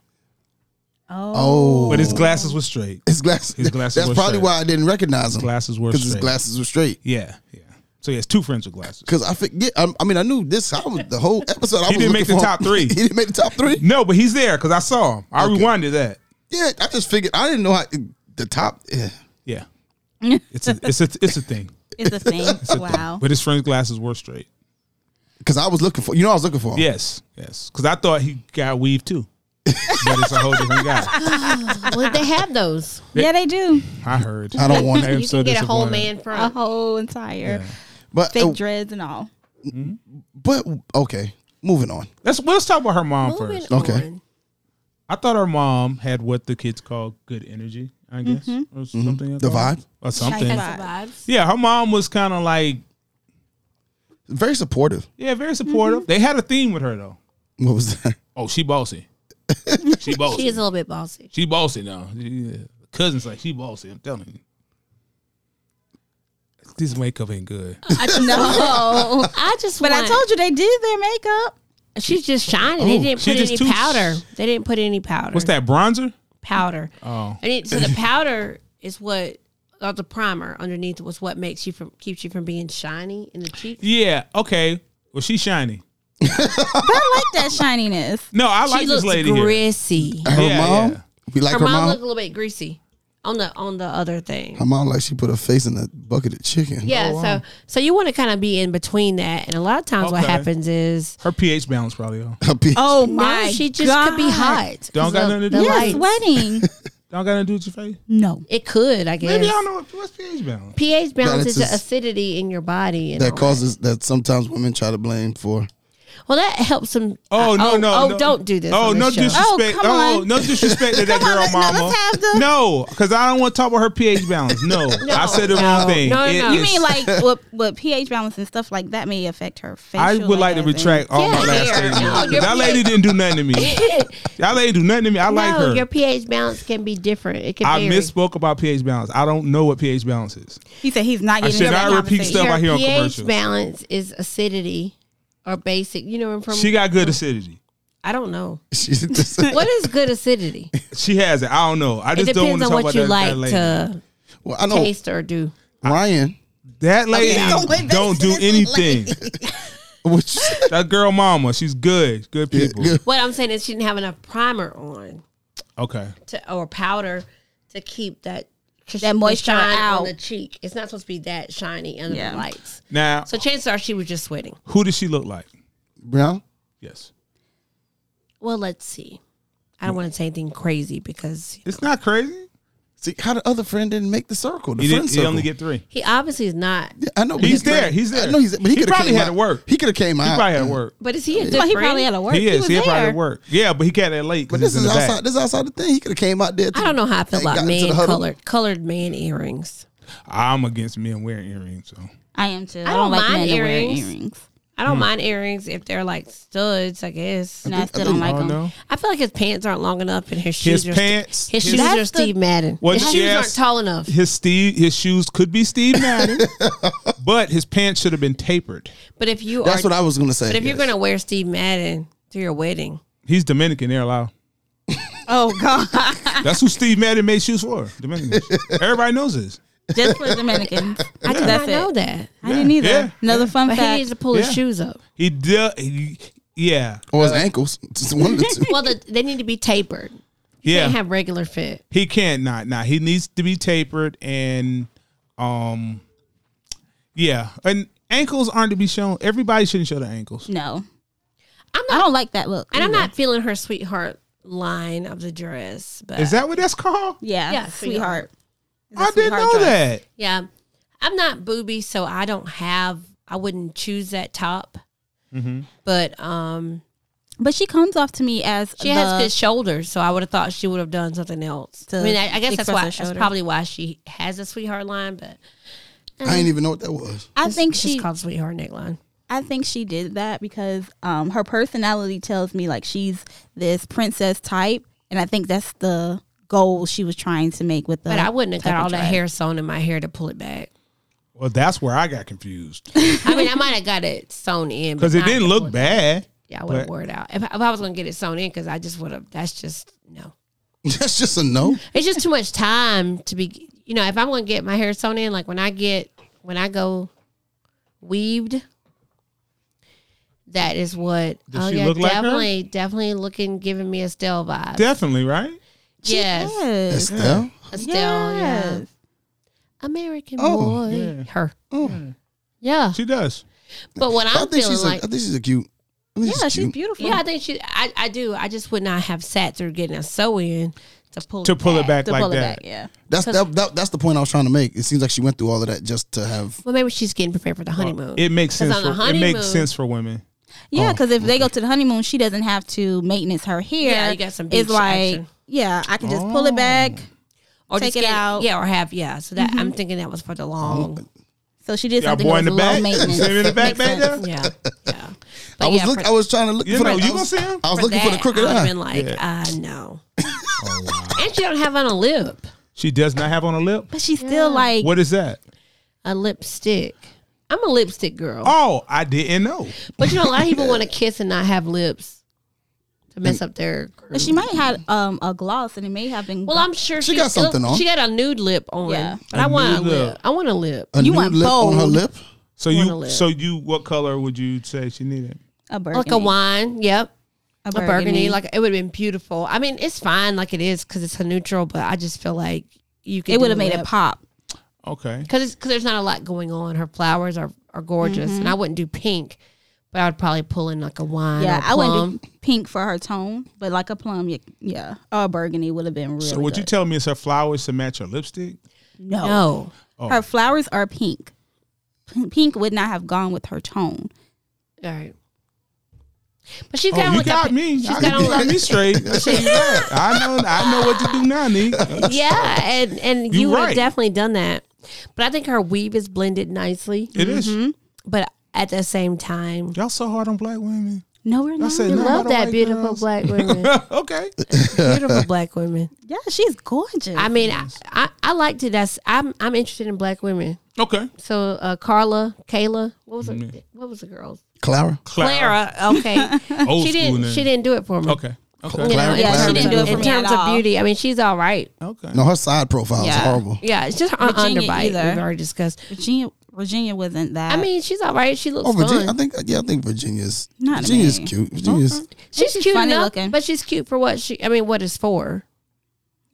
Speaker 3: Oh,
Speaker 2: But his glasses were straight.
Speaker 3: his glasses.
Speaker 2: His glasses
Speaker 3: That's
Speaker 2: were
Speaker 3: probably
Speaker 2: straight.
Speaker 3: why I didn't recognize him.
Speaker 2: Glasses were
Speaker 3: because his
Speaker 2: straight.
Speaker 3: glasses were straight.
Speaker 2: Yeah, yeah. So he has two friends with glasses.
Speaker 3: Because I forget. I, I mean, I knew this. I was the whole episode. I was
Speaker 2: didn't
Speaker 3: looking
Speaker 2: make the
Speaker 3: for him.
Speaker 2: top three.
Speaker 3: he didn't make the top three.
Speaker 2: No, but he's there because I saw him. I rewinded that.
Speaker 3: Yeah, I just figured. I didn't know how the top. Yeah.
Speaker 2: Yeah, it's a it's a it's a thing.
Speaker 1: is a thing. wow.
Speaker 2: But his friend's glasses were straight.
Speaker 3: Because I was looking for. You know, I was looking for him.
Speaker 2: Yes, yes. Because I thought he got weave too, but it's a whole different guy.
Speaker 4: well, they have those.
Speaker 1: Yeah, they do.
Speaker 2: I heard.
Speaker 3: I don't want
Speaker 2: I
Speaker 3: it.
Speaker 2: am
Speaker 4: You
Speaker 2: so
Speaker 4: can get a whole
Speaker 2: disappointed.
Speaker 4: man
Speaker 1: A
Speaker 4: from.
Speaker 1: whole entire
Speaker 3: But
Speaker 1: fake
Speaker 2: Oh.
Speaker 3: uh,
Speaker 1: dreads and all.
Speaker 3: but okay. Moving on.
Speaker 2: Let's let's talk about her mom
Speaker 4: Moving
Speaker 2: first.
Speaker 3: Okay.
Speaker 4: on.
Speaker 2: I thought her mom had what the kids call good energy. I guess
Speaker 4: Mm-hmm.
Speaker 2: or something. I
Speaker 3: Mm-hmm. The
Speaker 2: thought.
Speaker 3: vibe?
Speaker 2: or something.
Speaker 1: Nice
Speaker 2: Yeah, her mom was kind of like
Speaker 3: Very supportive.
Speaker 2: yeah, very supportive.
Speaker 4: Mm-hmm.
Speaker 2: They had a theme with her though.
Speaker 3: What was that?
Speaker 2: Oh, she bossy. she bossy.
Speaker 4: She is a little bit bossy.
Speaker 2: She bossy now. Yeah. Cousin's like she bossy. I'm telling you. This makeup ain't good.
Speaker 4: Oh,
Speaker 1: I, no,
Speaker 4: I just,
Speaker 1: but I told you they did their makeup.
Speaker 4: you, she's just shining. they didn't
Speaker 2: Oh, she
Speaker 4: put
Speaker 2: just
Speaker 4: any
Speaker 2: too-
Speaker 4: powder. They didn't put any powder.
Speaker 2: What's that bronzer?
Speaker 4: Powder.
Speaker 2: Oh,
Speaker 4: And it, so the powder is what, or the primer underneath was what makes you from keeps you from being shiny in the cheeks.
Speaker 2: yeah. Okay. Well, she's shiny.
Speaker 1: I like that shininess.
Speaker 2: No, I like
Speaker 4: she
Speaker 2: this
Speaker 4: looks
Speaker 2: lady here.
Speaker 4: greasy. Her,
Speaker 3: Her
Speaker 2: Yeah,
Speaker 3: mom.
Speaker 2: yeah.
Speaker 3: We like her,
Speaker 4: mom,
Speaker 3: mom.
Speaker 4: looked a little bit greasy on the on the other thing.
Speaker 3: her mom like she put her face in a bucket of chicken.
Speaker 4: Yeah,
Speaker 2: Oh,
Speaker 4: so so you want to kind of be in between that, and a lot of times what
Speaker 2: Okay.
Speaker 4: happens is
Speaker 2: Her pH balance probably off.
Speaker 3: Her pe-
Speaker 1: Oh
Speaker 4: no,
Speaker 1: my!
Speaker 4: she just
Speaker 1: God.
Speaker 4: could be hot.
Speaker 2: Don't got
Speaker 4: The-
Speaker 2: nothing to
Speaker 4: the
Speaker 2: do with
Speaker 1: Yes,
Speaker 4: lights.
Speaker 1: sweating.
Speaker 2: Don't got nothing to do with your face.
Speaker 1: no,
Speaker 4: It could, I guess.
Speaker 2: Maybe I don't know what, what's pH balance.
Speaker 4: pH balances the
Speaker 3: just-
Speaker 4: acidity in your body, and
Speaker 3: that
Speaker 4: all
Speaker 3: causes that sometimes women try to blame for
Speaker 4: Well, that helps them.
Speaker 2: Oh no
Speaker 4: oh,
Speaker 2: no!
Speaker 4: oh,
Speaker 2: no.
Speaker 4: don't do this.
Speaker 2: Oh
Speaker 4: on
Speaker 2: no
Speaker 4: this show.
Speaker 1: dis-
Speaker 2: disrespect!
Speaker 1: Oh, come
Speaker 2: Oh,
Speaker 1: on.
Speaker 2: no disrespect to that
Speaker 1: Come on,
Speaker 2: girl,
Speaker 1: let's- now
Speaker 2: mama.
Speaker 1: let's have the-
Speaker 2: No, because I don't want to talk about her pH balance. No, I said the
Speaker 4: No,
Speaker 2: wrong thing.
Speaker 4: no, no, no.
Speaker 1: You
Speaker 2: is-
Speaker 1: mean like what, what pH balance and stuff like that may affect her facial?
Speaker 2: I would like to
Speaker 1: as in-
Speaker 2: retract all my
Speaker 4: Yeah,
Speaker 2: last
Speaker 4: there.
Speaker 2: statements.
Speaker 4: No,
Speaker 2: 'cause
Speaker 4: your
Speaker 2: that lady
Speaker 4: pH
Speaker 2: didn't do nothing to me. That lady do nothing to me. I like
Speaker 4: no, your
Speaker 2: her.
Speaker 4: pH balance can be different. It can
Speaker 2: I
Speaker 4: vary.
Speaker 2: misspoke about pH balance. I don't know what pH balance is.
Speaker 1: He said he's not
Speaker 2: I
Speaker 1: getting
Speaker 2: should
Speaker 1: into that
Speaker 2: not repeat
Speaker 1: conversation.
Speaker 2: stuff
Speaker 4: your
Speaker 2: I hear on
Speaker 4: pH
Speaker 2: commercials.
Speaker 4: balance is acidity or basic. You know, from
Speaker 2: She got good acidity.
Speaker 4: I don't know
Speaker 3: She's just-
Speaker 4: what is good acidity.
Speaker 2: She has it. I don't know. I
Speaker 4: It
Speaker 2: just don't want
Speaker 4: depends
Speaker 2: to
Speaker 4: on
Speaker 2: talk
Speaker 4: what
Speaker 2: about
Speaker 4: you
Speaker 2: that,
Speaker 4: like
Speaker 2: that lady.
Speaker 4: to
Speaker 3: well, I
Speaker 1: Oh.
Speaker 3: know
Speaker 4: taste or do.
Speaker 3: Ryan.
Speaker 2: That lady
Speaker 1: Okay, don't wait,
Speaker 2: don't do
Speaker 1: this
Speaker 2: anything.
Speaker 3: What you said?
Speaker 2: that girl, mama, she's good. Good people.
Speaker 3: good.
Speaker 4: What I'm saying is, she didn't have enough primer on
Speaker 2: Okay.
Speaker 4: to or powder to keep that
Speaker 1: That moisture
Speaker 4: shine
Speaker 1: out.
Speaker 4: on the cheek. It's not supposed to be that shiny under
Speaker 1: Yeah.
Speaker 4: the lights.
Speaker 2: Now,
Speaker 4: So chances are she was just sweating.
Speaker 2: who does she look like?
Speaker 3: Brown.
Speaker 2: Yes.
Speaker 4: Well, let's see. I don't want to say anything crazy because
Speaker 2: It's not crazy.
Speaker 3: See how the other friend didn't make the circle. The
Speaker 2: You
Speaker 3: friend
Speaker 2: didn't, you
Speaker 3: circle.
Speaker 2: only get three.
Speaker 4: he obviously is not.
Speaker 3: Yeah, I know but
Speaker 2: He's
Speaker 3: he-
Speaker 2: there. He's there.
Speaker 3: I know he's. But he,
Speaker 2: He
Speaker 3: could
Speaker 2: probably had
Speaker 3: out.
Speaker 2: to work.
Speaker 3: He could have came
Speaker 2: He
Speaker 3: out.
Speaker 2: probably had to
Speaker 3: and-
Speaker 2: work.
Speaker 4: But is he a good
Speaker 1: Well, he
Speaker 4: friend?
Speaker 1: probably had to work.
Speaker 2: He
Speaker 1: He
Speaker 2: is.
Speaker 1: was
Speaker 2: He,
Speaker 1: there.
Speaker 2: probably had to work. Yeah, but he got that late.
Speaker 3: But
Speaker 2: 'cause
Speaker 3: this
Speaker 2: it's
Speaker 3: is
Speaker 2: in the back.
Speaker 3: outside. This is outside the thing. He could have came out there.
Speaker 4: I don't know how I feel
Speaker 3: They
Speaker 4: about
Speaker 3: got into the
Speaker 4: man
Speaker 3: huddle.
Speaker 4: colored colored man earrings.
Speaker 2: I'm against men wearing earrings. So
Speaker 1: I am too. I don't,
Speaker 4: don't
Speaker 1: like
Speaker 4: mind
Speaker 1: men to wear
Speaker 4: earrings.
Speaker 1: earrings.
Speaker 4: I don't mind earrings if they're like studs. I guess
Speaker 1: And I, still
Speaker 3: think-
Speaker 1: don't like
Speaker 2: I don't
Speaker 1: them.
Speaker 2: know.
Speaker 4: I feel like his pants aren't long enough, and his
Speaker 2: His
Speaker 4: shoes. are
Speaker 2: pants.
Speaker 4: His
Speaker 2: his-
Speaker 4: shoes
Speaker 1: That's
Speaker 4: are
Speaker 1: the-
Speaker 4: Steve Madden.
Speaker 2: Well,
Speaker 4: his shoes
Speaker 2: yes.
Speaker 4: aren't tall enough.
Speaker 2: his Steve his shoes could be Steve Madden, but his pants should have been tapered.
Speaker 4: But if you
Speaker 3: That's
Speaker 4: are,
Speaker 3: what I was gonna say.
Speaker 4: but if you're
Speaker 3: Yes.
Speaker 4: gonna wear Steve Madden to your wedding,
Speaker 2: He's Dominican. They're allowed.
Speaker 1: Oh God!
Speaker 2: That's who Steve Madden made shoes for. Dominicans. Everybody knows this.
Speaker 1: Just for Dominicans.
Speaker 4: I did
Speaker 1: That's
Speaker 4: not know
Speaker 1: it.
Speaker 4: that.
Speaker 1: I didn't either.
Speaker 2: Yeah.
Speaker 1: Another fun
Speaker 4: But he
Speaker 1: fact.
Speaker 4: needs to pull
Speaker 2: Yeah.
Speaker 4: his shoes up.
Speaker 2: He did. he- yeah,
Speaker 3: or his ankles. Just one of the two.
Speaker 4: Well, the, they need to be tapered. They
Speaker 2: yeah.
Speaker 4: can't have regular fit.
Speaker 2: he can't not not. He needs to be tapered and, um, yeah. And ankles aren't to be shown. Everybody shouldn't show their ankles.
Speaker 1: no,
Speaker 4: I'm
Speaker 1: I
Speaker 4: not,
Speaker 1: don't like that look.
Speaker 4: and I'm
Speaker 1: either.
Speaker 4: not feeling her sweetheart line of the dress. But
Speaker 2: Is that what that's called?
Speaker 1: Yeah,
Speaker 4: Yeah,
Speaker 1: sweetheart.
Speaker 4: sweetheart.
Speaker 1: It's a
Speaker 2: I didn't
Speaker 1: sweetheart
Speaker 2: know
Speaker 1: dress.
Speaker 2: that.
Speaker 4: Yeah. I'm not booby, so I don't have I wouldn't choose that top. Mm-hmm. But um
Speaker 1: But she comes off to me as
Speaker 4: she
Speaker 1: the,
Speaker 4: has good shoulders, so I would have thought she would have done something else.
Speaker 1: To
Speaker 4: I mean, I, I guess
Speaker 1: express
Speaker 4: that's
Speaker 1: her
Speaker 4: why that's
Speaker 1: shoulder.
Speaker 4: probably why she has a sweetheart line, but
Speaker 3: I didn't even know what that was.
Speaker 1: I think
Speaker 4: it's
Speaker 1: she.
Speaker 4: called sweetheart neckline.
Speaker 1: I think she did that because um, her personality tells me like she's this princess type, and I think that's the goal she was trying to make with the.
Speaker 2: Uh-huh.
Speaker 4: But I wouldn't have
Speaker 1: type
Speaker 4: got
Speaker 1: of
Speaker 4: all that
Speaker 1: dress.
Speaker 4: hair sewn in my hair to pull it back.
Speaker 2: Well, that's where I got confused
Speaker 4: I mean, I might have got it sewn in but
Speaker 2: because it
Speaker 4: not to
Speaker 2: didn't
Speaker 4: pull
Speaker 2: look
Speaker 4: back.
Speaker 2: bad.
Speaker 4: Yeah, I would have
Speaker 2: but-
Speaker 4: wore it out. If, if I was gonna get it sewn in, because I just would have. That's just no.
Speaker 3: That's just a no.
Speaker 4: It's just too much time to be. You know, if I'm gonna get my hair sewn in, like when I get when I go weaved, that is what. oh
Speaker 2: Does she look like her?
Speaker 4: definitely, definitely looking, giving me Estelle vibe.
Speaker 2: Definitely right.
Speaker 4: yes,
Speaker 1: Yes.
Speaker 3: Estelle.
Speaker 4: Estelle. Yeah,
Speaker 1: Yes.
Speaker 4: American
Speaker 3: Oh,
Speaker 4: boy.
Speaker 2: yeah. Oh.
Speaker 4: Her. Yeah,
Speaker 2: She does.
Speaker 4: but what
Speaker 3: I
Speaker 4: I'm
Speaker 3: think
Speaker 4: feeling
Speaker 3: she's. A, I
Speaker 4: like.
Speaker 3: think she's a cute. I think
Speaker 1: Yeah, she's
Speaker 3: cute.
Speaker 1: beautiful.
Speaker 4: yeah, I think she. I, I do. I just would not have sat through getting a sew in to pull
Speaker 2: To pull it back
Speaker 1: to
Speaker 2: like
Speaker 1: pull it
Speaker 2: that.
Speaker 1: back. Yeah.
Speaker 3: That's that, that, That's the point I was trying to make. It seems like she went through all of that just to have.
Speaker 4: Well, maybe she's getting prepared for the honeymoon.
Speaker 2: It makes
Speaker 4: 'Cause
Speaker 2: sense.
Speaker 4: on the
Speaker 2: For, it makes
Speaker 4: honeymoon-
Speaker 2: sense for women. Oh,
Speaker 1: Yeah, because if they go to the honeymoon, she doesn't have to maintenance her hair.
Speaker 4: Yeah, you got some
Speaker 1: It's
Speaker 4: beach
Speaker 1: like,
Speaker 4: action.
Speaker 1: yeah, I can just pull it back.
Speaker 2: Oh.
Speaker 4: or
Speaker 1: Take
Speaker 4: just
Speaker 1: it
Speaker 4: get-
Speaker 1: out. Mm-hmm.
Speaker 4: Yeah, or have yeah. So that I'm thinking that was for the long.
Speaker 3: Oh,
Speaker 1: So she did
Speaker 2: Y'all
Speaker 1: something
Speaker 2: boy
Speaker 1: that was
Speaker 2: in the
Speaker 1: low
Speaker 2: back.
Speaker 1: maintenance.
Speaker 2: See him in the back
Speaker 1: Makes
Speaker 2: back
Speaker 1: sense.
Speaker 2: there.
Speaker 4: Yeah, yeah. But
Speaker 3: I was
Speaker 4: yeah,
Speaker 3: look. I was trying to look
Speaker 2: You
Speaker 3: for.
Speaker 2: know,
Speaker 3: the,
Speaker 2: you
Speaker 3: I was,
Speaker 2: gonna see him?
Speaker 3: I was looking for the
Speaker 4: that,
Speaker 3: crooked
Speaker 4: I would've
Speaker 3: eye. Oh,
Speaker 4: Been like, uh, no. and she don't have on a lip,
Speaker 2: She does not have on a lip.
Speaker 1: But she's still like,
Speaker 2: What is that?
Speaker 4: a lipstick. I'm a lipstick girl,
Speaker 2: Oh, I didn't know.
Speaker 4: but you know a lot of people want to kiss and not have lips to mess up their.
Speaker 1: but she might have had um, a gloss and it may have been.
Speaker 4: Well, I'm sure
Speaker 3: She
Speaker 4: she
Speaker 3: got something on.
Speaker 4: She got a nude lip on.
Speaker 1: Yeah.
Speaker 4: but I want a
Speaker 2: nude
Speaker 4: lip.
Speaker 2: lip.
Speaker 4: I want a lip.
Speaker 3: A
Speaker 1: You
Speaker 3: nude
Speaker 1: went
Speaker 3: lip on her
Speaker 1: bold.
Speaker 3: lip.
Speaker 2: So
Speaker 4: Wanna
Speaker 2: you,
Speaker 4: live.
Speaker 2: so you, what color would you say she needed?
Speaker 1: a burgundy.
Speaker 4: Like a wine. Yep.
Speaker 1: A
Speaker 4: a burgundy. Like it would have been beautiful. I mean, it's fine like it is because it's a neutral, but I just feel like you could.
Speaker 1: it would have made it pop.
Speaker 2: Okay.
Speaker 4: because because there's not a lot going on. Her flowers are are gorgeous,
Speaker 1: Mm-hmm.
Speaker 4: and I wouldn't do pink, but I would probably pull in like a wine.
Speaker 1: Yeah,
Speaker 4: or
Speaker 1: I
Speaker 4: plum.
Speaker 1: wouldn't do pink for her tone, but like a plum, yeah, yeah or a burgundy would have been really.
Speaker 2: So would you
Speaker 1: good.
Speaker 2: tell me it's her flowers to match her lipstick?
Speaker 1: no,
Speaker 4: No,
Speaker 2: Oh.
Speaker 1: her flowers are pink. P- Pink would not have gone with her tone.
Speaker 4: all right. But she's
Speaker 2: Oh,
Speaker 4: got
Speaker 2: you
Speaker 4: like
Speaker 2: got
Speaker 4: a,
Speaker 2: me.
Speaker 4: She's
Speaker 2: I,
Speaker 4: got
Speaker 2: you
Speaker 4: on
Speaker 2: got
Speaker 4: like
Speaker 2: me straight. I tell you that. I know. I know what to do now, Nee.
Speaker 4: yeah, and and you
Speaker 2: You
Speaker 4: would have
Speaker 2: right.
Speaker 4: definitely done that. But I think her weave is blended nicely.
Speaker 2: It is.
Speaker 4: Mm-hmm. But at the same time,
Speaker 2: Y'all so hard on black women.
Speaker 1: No, we're not.
Speaker 2: said
Speaker 4: I
Speaker 2: no.
Speaker 4: love
Speaker 2: don't
Speaker 4: that
Speaker 2: like
Speaker 4: beautiful
Speaker 2: girls.
Speaker 4: black women,
Speaker 2: okay.
Speaker 4: beautiful black women.
Speaker 1: Yeah, she's gorgeous.
Speaker 4: I mean, I, I I liked it. That's I'm I'm interested in black women.
Speaker 2: Okay.
Speaker 4: So uh, Carla, Kayla, what was her, what was the girl's
Speaker 3: Clara.
Speaker 4: Clara? Okay,
Speaker 2: Old
Speaker 4: she
Speaker 2: school
Speaker 4: didn't
Speaker 2: name.
Speaker 4: she didn't do it for me.
Speaker 2: Okay. Okay.
Speaker 4: You know,
Speaker 3: Clara-
Speaker 4: in
Speaker 3: Yeah, she
Speaker 4: terms
Speaker 3: didn't do
Speaker 4: of-
Speaker 3: it for
Speaker 4: in
Speaker 1: me at
Speaker 4: terms of
Speaker 1: all.
Speaker 4: beauty. I mean, she's all right.
Speaker 2: Okay.
Speaker 3: No, her side profile is
Speaker 1: Yeah.
Speaker 3: horrible.
Speaker 4: Yeah, it's just her
Speaker 1: Virginia
Speaker 4: underbite.
Speaker 1: either.
Speaker 4: We've already discussed.
Speaker 1: Virginia Virginia wasn't that.
Speaker 4: I mean, she's all right. She looks
Speaker 3: Oh, Virginia. I
Speaker 4: fun.
Speaker 3: think yeah, I think Virginia's
Speaker 1: Not
Speaker 3: Virginia's
Speaker 1: me.
Speaker 3: cute. Virginia's
Speaker 4: She's,
Speaker 1: She's
Speaker 4: cute
Speaker 1: funny
Speaker 4: enough,
Speaker 1: looking.
Speaker 4: but she's cute for what she. I mean, what it's for.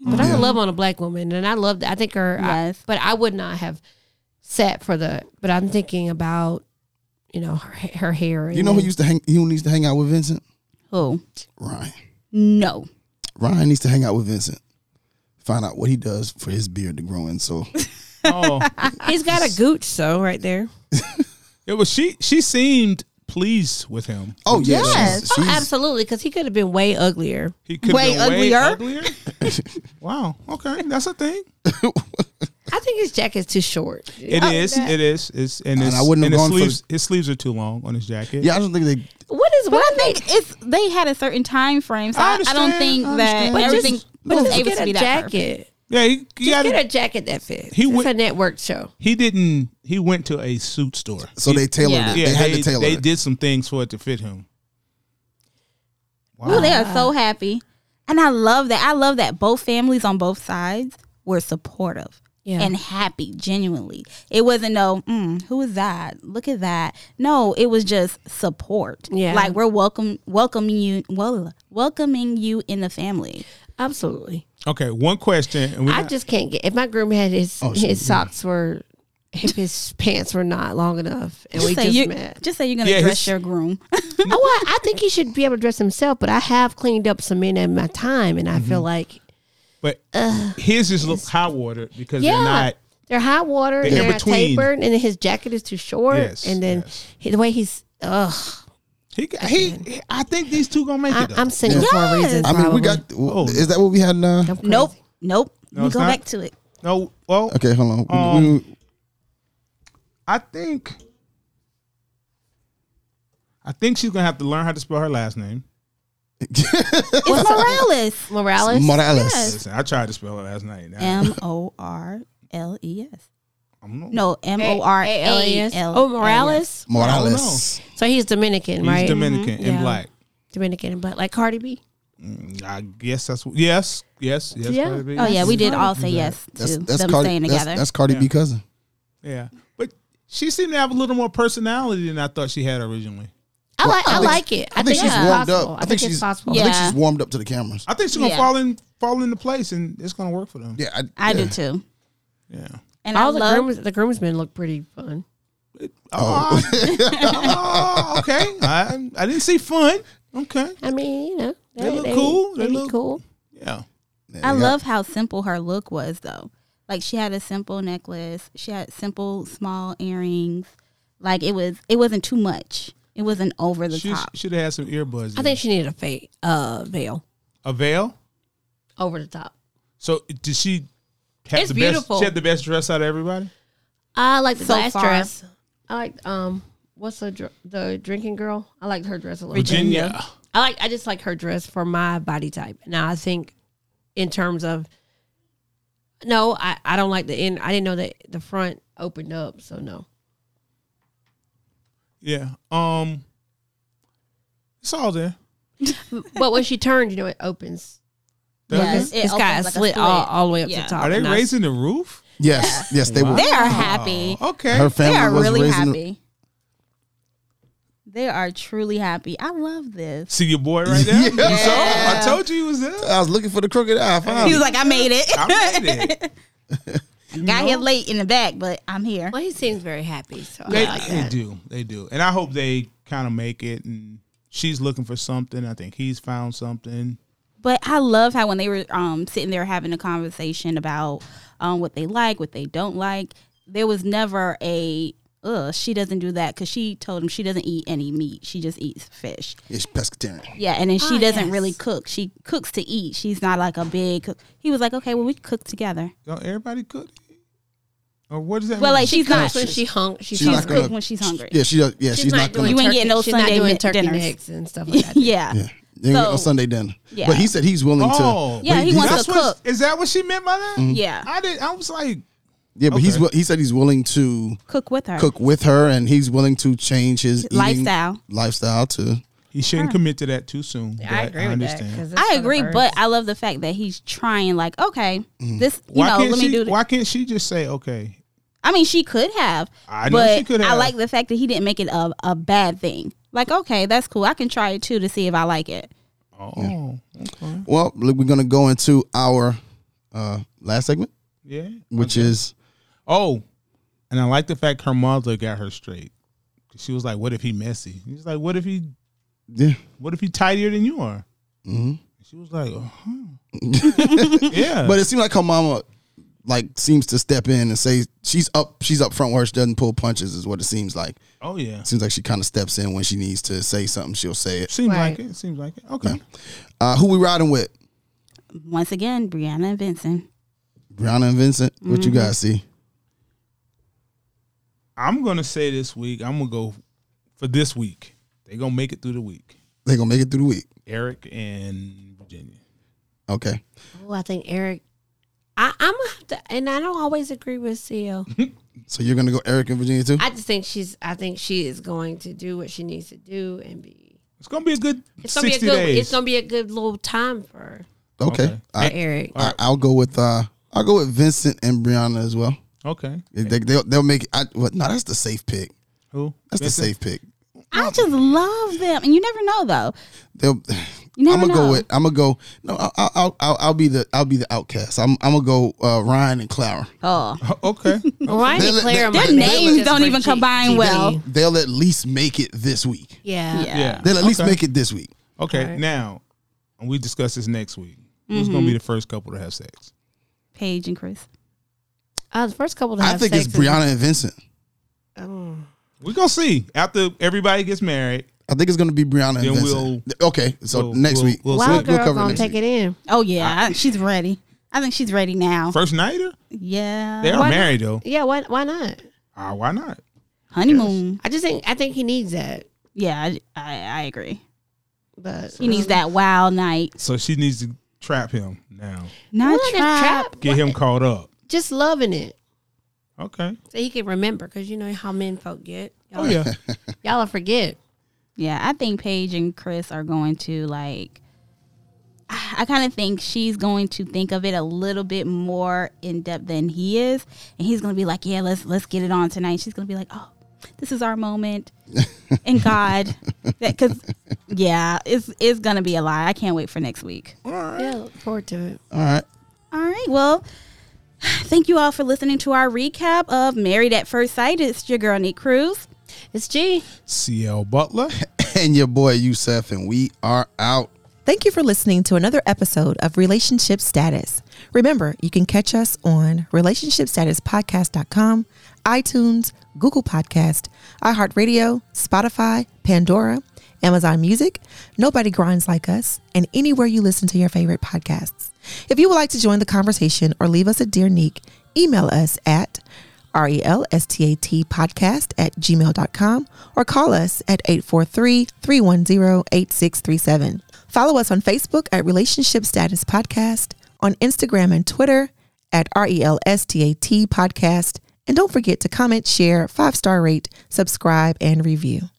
Speaker 4: But I love on a black woman, and I love. I think her. I-
Speaker 1: Yes.
Speaker 4: but I would not have sat for the. But I'm thinking about, you know, her, her hair.
Speaker 3: You know who used to hang who needs to hang out with Vincent?
Speaker 1: who?
Speaker 3: Ryan.
Speaker 1: No.
Speaker 3: Ryan needs to hang out with Vincent. Find out what he does for his beard to grow in. So
Speaker 2: Oh,
Speaker 4: he's got a gooch, so right there.
Speaker 2: it was she. She seemed pleased with him.
Speaker 3: Oh yeah,
Speaker 1: Yes.
Speaker 3: she's, she's,
Speaker 4: Absolutely, because he could have been way uglier.
Speaker 2: He could
Speaker 1: Way
Speaker 2: way, way
Speaker 1: uglier?
Speaker 2: uglier. wow. Okay, that's a thing.
Speaker 4: I think his jacket's too short.
Speaker 2: It is. It is. It's and,
Speaker 3: And
Speaker 2: it's,
Speaker 3: I wouldn't
Speaker 2: and his
Speaker 3: have gone for-
Speaker 2: sleeves. His sleeves are too long on his jacket.
Speaker 3: yeah. I don't think they.
Speaker 4: What is?
Speaker 1: But
Speaker 4: What
Speaker 1: I think it's they had a certain time frame, so
Speaker 2: I
Speaker 1: I, I don't
Speaker 2: understand,
Speaker 1: think
Speaker 2: I
Speaker 1: that
Speaker 2: understand. But
Speaker 4: just-
Speaker 1: everything
Speaker 4: but
Speaker 1: was
Speaker 4: just
Speaker 1: able
Speaker 4: get
Speaker 1: to
Speaker 4: a
Speaker 1: be that perfect.
Speaker 4: jacket.
Speaker 2: Yeah. He, he
Speaker 4: Just
Speaker 2: got.
Speaker 4: get
Speaker 2: It.
Speaker 4: a jacket that fits.
Speaker 2: He
Speaker 4: it's
Speaker 2: would-
Speaker 4: a network show.
Speaker 2: He didn't. He went to a suit store.
Speaker 3: So they tailored
Speaker 1: Yeah.
Speaker 3: it. they had to tailor
Speaker 2: they
Speaker 3: it.
Speaker 2: did some things for it to fit him.
Speaker 1: Ooh, they are
Speaker 4: Ah.
Speaker 1: so happy, and I love that. I love that both families on both sides were supportive.
Speaker 4: Yeah.
Speaker 1: And happy, genuinely. It wasn't no, mm, who is that? Look at that. No, it was just support.
Speaker 4: Yeah.
Speaker 1: like we're welcome, welcoming you, well, welcoming you in the family.
Speaker 4: Absolutely.
Speaker 2: Okay, one question. And we're
Speaker 4: I
Speaker 2: not-
Speaker 4: just can't get. If my groom had his
Speaker 3: Oh, sure,
Speaker 4: his
Speaker 3: yeah.
Speaker 4: socks were, if his pants were not long enough, and we
Speaker 1: Just say,
Speaker 4: just
Speaker 1: you,
Speaker 4: met.
Speaker 1: just say you're gonna
Speaker 2: Yeah,
Speaker 1: dress
Speaker 2: his-
Speaker 1: your groom.
Speaker 4: oh, I, I think he should be able to dress himself. But I have cleaned up some men in my time, and I feel
Speaker 3: Mm-hmm.
Speaker 4: like
Speaker 2: but his is look high water because
Speaker 4: yeah,
Speaker 2: they're not.
Speaker 4: they're high water,
Speaker 2: They're
Speaker 4: and
Speaker 2: in
Speaker 4: they're
Speaker 2: between.
Speaker 4: tapered, and then his jacket is too short,
Speaker 2: Yes,
Speaker 4: and then
Speaker 2: yes.
Speaker 4: he, the way he's ugh,
Speaker 2: He, he, I think these two gonna make
Speaker 4: I,
Speaker 2: it. Though.
Speaker 4: I'm single
Speaker 3: Yeah.
Speaker 4: for a reason.
Speaker 3: I mean, we
Speaker 4: probably.
Speaker 3: got. Is that what we had uh, now?
Speaker 4: I'm crazy.
Speaker 1: Nope, nope. we
Speaker 2: it's
Speaker 1: go
Speaker 2: not.
Speaker 1: back to it.
Speaker 2: no, well,
Speaker 3: Okay, hold on. We-
Speaker 2: Um,
Speaker 3: we-
Speaker 2: I think. I think she's gonna have to learn how to spell her last name.
Speaker 1: It's Morales.
Speaker 4: Morales.
Speaker 3: Morales.
Speaker 1: Yes.
Speaker 2: Listen, I tried to spell it last night. Now,
Speaker 1: M O R L E S.
Speaker 2: I'm not-
Speaker 1: No, M O R A L E S.
Speaker 4: Oh, Morales.
Speaker 3: Morales.
Speaker 4: So he's Dominican,
Speaker 2: he's
Speaker 4: right?
Speaker 2: Dominican and
Speaker 4: Mhm. Yeah.
Speaker 2: black.
Speaker 4: Dominican, but like Cardi B.
Speaker 2: I guess that's what, yes, yes, yes.
Speaker 4: Yeah.
Speaker 2: Cardi B.
Speaker 1: Oh yeah, we did all say
Speaker 2: Yeah.
Speaker 1: yes to
Speaker 3: That's that's
Speaker 1: them
Speaker 3: Cardi.
Speaker 1: staying
Speaker 3: That's,
Speaker 1: together.
Speaker 3: that's Cardi B cousin.
Speaker 2: Yeah, but she seemed to have a little more personality than I thought she had originally.
Speaker 4: I like. I,
Speaker 3: think-
Speaker 4: like it. I, think,
Speaker 3: she's
Speaker 4: it's
Speaker 3: warmed
Speaker 4: possible.
Speaker 3: up.
Speaker 4: I, think,
Speaker 3: she's
Speaker 4: it's possible.
Speaker 3: I think
Speaker 1: Yeah.
Speaker 3: she's warmed up to the cameras.
Speaker 2: I think she's gonna
Speaker 1: Yeah.
Speaker 2: fall in fall into place, and it's gonna work for them.
Speaker 3: Yeah,
Speaker 1: I
Speaker 3: yeah.
Speaker 1: do too.
Speaker 2: Yeah.
Speaker 1: And I
Speaker 4: All the
Speaker 1: love
Speaker 4: grooms, the groomsmen look pretty fun.
Speaker 2: Oh, oh, okay. I I didn't see fun. Okay.
Speaker 4: I mean, you know,
Speaker 2: They look cool.
Speaker 4: They,
Speaker 2: They
Speaker 4: be
Speaker 2: look-
Speaker 4: cool.
Speaker 2: Yeah.
Speaker 3: Yeah,
Speaker 1: I
Speaker 3: they got-
Speaker 1: love how simple her look was though. Like she had a simple necklace. She had simple small earrings. Like it was it wasn't too much. It wasn't over the
Speaker 2: She
Speaker 1: top.
Speaker 2: should have had some earbuds.
Speaker 4: I
Speaker 2: in.
Speaker 4: think she needed a fake uh, veil
Speaker 2: a veil.
Speaker 4: over the top.
Speaker 2: So did she have
Speaker 4: It's
Speaker 2: the
Speaker 4: beautiful.
Speaker 2: best? She had the best dress out of everybody.
Speaker 4: I like the
Speaker 1: So
Speaker 4: last
Speaker 1: far.
Speaker 4: dress. I like um, what's the dr- the drinking girl? I liked her dress a little.
Speaker 2: Virginia.
Speaker 4: I like. I just like her dress for my body type. Now I think, in terms of, no, I I don't like the end. I didn't know that the front opened up, so no.
Speaker 2: Yeah. Um. It's all there.
Speaker 4: but when she turns, you know, it opens.
Speaker 1: Yes,
Speaker 4: It's
Speaker 1: it
Speaker 4: got a
Speaker 1: opens like a
Speaker 4: slit, All,
Speaker 1: slit.
Speaker 4: all the way up
Speaker 1: Yeah.
Speaker 4: to the top.
Speaker 2: Are they
Speaker 4: and I-
Speaker 2: raising the roof?
Speaker 3: Yes, yes, they were.
Speaker 1: They are happy.
Speaker 2: Oh, okay.
Speaker 3: Her
Speaker 1: They are
Speaker 3: family was
Speaker 1: really
Speaker 3: raising.
Speaker 1: happy. They are truly happy. I love this.
Speaker 2: See your boy right there. You
Speaker 3: Yeah.
Speaker 2: saw him? I told you he was there.
Speaker 3: I was looking for the crooked
Speaker 1: He
Speaker 3: eye.
Speaker 1: was
Speaker 3: Finally.
Speaker 1: like, I made it.
Speaker 2: I made it. You
Speaker 1: Got
Speaker 2: know?
Speaker 1: here late in the back, but I'm here.
Speaker 4: Well, he seems very happy. So
Speaker 2: They,
Speaker 4: I like
Speaker 2: they
Speaker 4: that.
Speaker 2: do. They do. And I hope they kind of make it. And she's looking for something. I think he's found something.
Speaker 1: But I love how when they were um, sitting there having a conversation about um, what they like, what they don't like, there was never a ugh, she doesn't do that because she told him she doesn't eat any meat. She just eats fish.
Speaker 3: It's pescatarian.
Speaker 1: Yeah, and then she
Speaker 4: Ah,
Speaker 1: doesn't
Speaker 4: yes.
Speaker 1: really cook. She cooks to eat. She's not like a big cook. He was like, okay, well, we cook together.
Speaker 2: Don't everybody cook? Or what does that
Speaker 1: Well,
Speaker 2: mean?
Speaker 1: like she's not.
Speaker 4: That's when she hung. She's,
Speaker 3: She's
Speaker 4: hungry.
Speaker 3: not gonna
Speaker 1: cook when she's hungry.
Speaker 3: Yeah, she does. Yeah, she's, not, gonna.
Speaker 1: doing- You ain't getting no
Speaker 4: turkey-
Speaker 1: Sunday
Speaker 4: She's not doing
Speaker 1: mi-
Speaker 4: turkey
Speaker 1: dinners.
Speaker 4: necks and stuff like that.
Speaker 1: yeah.
Speaker 3: yeah, they ain't got no
Speaker 1: So-
Speaker 3: Sunday dinner.
Speaker 1: Yeah.
Speaker 3: But he said he's willing
Speaker 2: Oh.
Speaker 3: to.
Speaker 1: Yeah,
Speaker 3: but
Speaker 1: he wants
Speaker 2: That's
Speaker 1: to
Speaker 2: what-
Speaker 1: cook. Mm-hmm.
Speaker 2: Is that what she meant by that?
Speaker 1: Yeah.
Speaker 2: I did. I was like,
Speaker 3: Yeah, but he's
Speaker 2: Okay.
Speaker 3: wi- he said he's willing to
Speaker 1: Cook with her.
Speaker 3: cook with her, and he's willing to change his eating
Speaker 1: Lifestyle.
Speaker 3: lifestyle to.
Speaker 2: he shouldn't commit to that too soon.
Speaker 4: Yeah, I
Speaker 2: but
Speaker 4: agree with that. 'cause it's
Speaker 1: I
Speaker 4: for the
Speaker 1: agree,
Speaker 4: birds.
Speaker 1: but I love the fact that he's trying. Like, okay, this you
Speaker 2: Why
Speaker 1: know,
Speaker 2: can't
Speaker 1: let
Speaker 2: she?
Speaker 1: me do. This.
Speaker 2: why can't she just say okay?
Speaker 1: I mean, she could have.
Speaker 2: I know
Speaker 1: but
Speaker 2: she could
Speaker 1: I
Speaker 2: have.
Speaker 1: like the fact that he didn't make it a, a bad thing. Like, okay, that's cool. I can try it too to see if I like it.
Speaker 2: Oh, okay.
Speaker 3: Well, look, we're gonna go into our uh last segment,
Speaker 2: Yeah.
Speaker 3: which is
Speaker 2: Oh, and I like the fact her mother got her straight. 'Cause She was like, "What if he messy?" He's like, "What if he?
Speaker 3: yeah.
Speaker 2: What if he tidier than you are?"
Speaker 3: Mhm.
Speaker 2: She was like, uh-huh. "Yeah."
Speaker 3: But it seems like her mama like seems to step in and say she's up she's up front where she doesn't pull punches is what it seems like.
Speaker 2: oh yeah,
Speaker 3: Seems like she kind of steps in when she needs to say something, she'll say it.
Speaker 2: seems
Speaker 4: Right.
Speaker 2: like it. Seems like it. Okay.
Speaker 3: Uh who we riding with?
Speaker 1: Once again, Brianna and Vincent.
Speaker 3: Brianna and Vincent. What you
Speaker 4: Mm-hmm.
Speaker 3: guys see?
Speaker 2: I'm gonna say this week. I'm gonna go for this week. They gonna make it through the week.
Speaker 3: They gonna make it through the week.
Speaker 2: Eric and Virginia.
Speaker 3: Okay.
Speaker 4: Oh, I think Eric. I, I'm gonna have to, and I don't always agree with CL.
Speaker 3: So you're gonna go Eric and Virginia too?
Speaker 4: I just think she's. I think she is going to do what she needs to do and be.
Speaker 2: It's gonna be a good
Speaker 4: It's gonna be a
Speaker 2: sixty
Speaker 4: good.
Speaker 2: days.
Speaker 4: It's gonna be a good little time for her,
Speaker 3: okay.
Speaker 2: okay.
Speaker 4: for
Speaker 3: I,
Speaker 4: Eric.
Speaker 3: I I'll go with uh I'll go with Vincent and Brianna as well.
Speaker 2: okay.
Speaker 3: They, they'll, they'll make it. I, well, no, that's the safe pick.
Speaker 2: Who?
Speaker 3: That's the safe pick.
Speaker 2: Oh.
Speaker 1: I just love them, and you never know though.
Speaker 3: They'll.
Speaker 1: You never
Speaker 3: I'm gonna go
Speaker 1: know.
Speaker 3: with. I'm gonna go. No, I- I- I'll, I'll, I'll be the. I'll be the outcast. I'm. I'm gonna go. Uh, Ryan and Clara.
Speaker 1: Oh,
Speaker 2: Okay.
Speaker 4: Ryan
Speaker 3: They're-
Speaker 4: and Claire,
Speaker 3: they're-
Speaker 4: are my
Speaker 1: their names
Speaker 4: just
Speaker 1: don't
Speaker 4: for
Speaker 1: even
Speaker 4: G-
Speaker 1: combine
Speaker 4: GB.
Speaker 1: well.
Speaker 3: They'll at least make it this week.
Speaker 4: Yeah.
Speaker 1: yeah.
Speaker 2: yeah.
Speaker 3: They'll at least
Speaker 2: Okay.
Speaker 3: make it this week.
Speaker 2: Okay.
Speaker 4: Alright.
Speaker 2: Now, and we discuss this next week. Who's gonna
Speaker 4: Mm-hmm.
Speaker 2: be the first couple to have sex?
Speaker 1: Paige and Chris.
Speaker 4: Uh, the first couple to
Speaker 3: I
Speaker 4: have
Speaker 3: think it's
Speaker 4: sex is-
Speaker 3: Brianna and Vincent.
Speaker 4: Oh.
Speaker 2: We're gonna see after everybody gets married.
Speaker 3: I think it's gonna be Brianna and
Speaker 2: Then
Speaker 3: Vincent. okay, so
Speaker 2: we'll-
Speaker 3: next
Speaker 2: we'll-
Speaker 3: week.
Speaker 2: we'll see.
Speaker 4: Wild
Speaker 3: we'll
Speaker 4: girl
Speaker 3: cover
Speaker 4: gonna
Speaker 3: next
Speaker 4: take it in.
Speaker 1: Oh yeah, I- she's ready. I think she's ready now.
Speaker 2: First nighter?
Speaker 1: yeah,
Speaker 2: They are
Speaker 4: Oh. Uh, why not?
Speaker 2: married though.
Speaker 4: Yeah. Why? Why not?
Speaker 2: Ah, why not?
Speaker 1: honeymoon.
Speaker 4: I just think. I think he needs that.
Speaker 1: Yeah, I, I, I agree.
Speaker 4: But
Speaker 1: He needs that wild night.
Speaker 2: So she needs to trap him now.
Speaker 1: Not
Speaker 4: Well, not a
Speaker 1: trap.
Speaker 4: trap.
Speaker 2: Get him caught up.
Speaker 4: Just loving it.
Speaker 2: Okay.
Speaker 4: So he can remember, because you know how men folk get. Y'all,
Speaker 2: Oh yeah.
Speaker 4: y'all will forget.
Speaker 1: Yeah, I think Paige and Chris are going to like. I I kind of think she's going to think of it a little bit more in depth than he is, and he's going to be like, "Yeah, let's let's get it on tonight." She's going to be like, "Oh, this is our moment," and God, because yeah, it's it's going to be a lot. I can't wait for next week.
Speaker 4: Yeah, look forward to it.
Speaker 3: All right.
Speaker 1: All right. Well, thank you all for listening to our recap of Married at First Sight. It's your girl, Nick Cruz.
Speaker 4: It's G.
Speaker 2: CL Butler.
Speaker 3: And your boy Youssef and we are out.
Speaker 5: Thank you for listening to another episode of Relationship Status. Remember, you can catch us on relationshipstatuspodcast.com, iTunes, Google Podcast, iHeartRadio, Spotify, Pandora, Amazon Music, Nobody Grinds Like Us, and anywhere you listen to your favorite podcasts. If you would like to join the conversation or leave us a dear nick, email us at R E L S T A T podcast at gmail.com or call us at 843 310 8637. Follow us on Facebook at Relationship Status Podcast, on Instagram and Twitter at R E L S T A T podcast. And don't forget to comment, share, five star rate, subscribe, and review.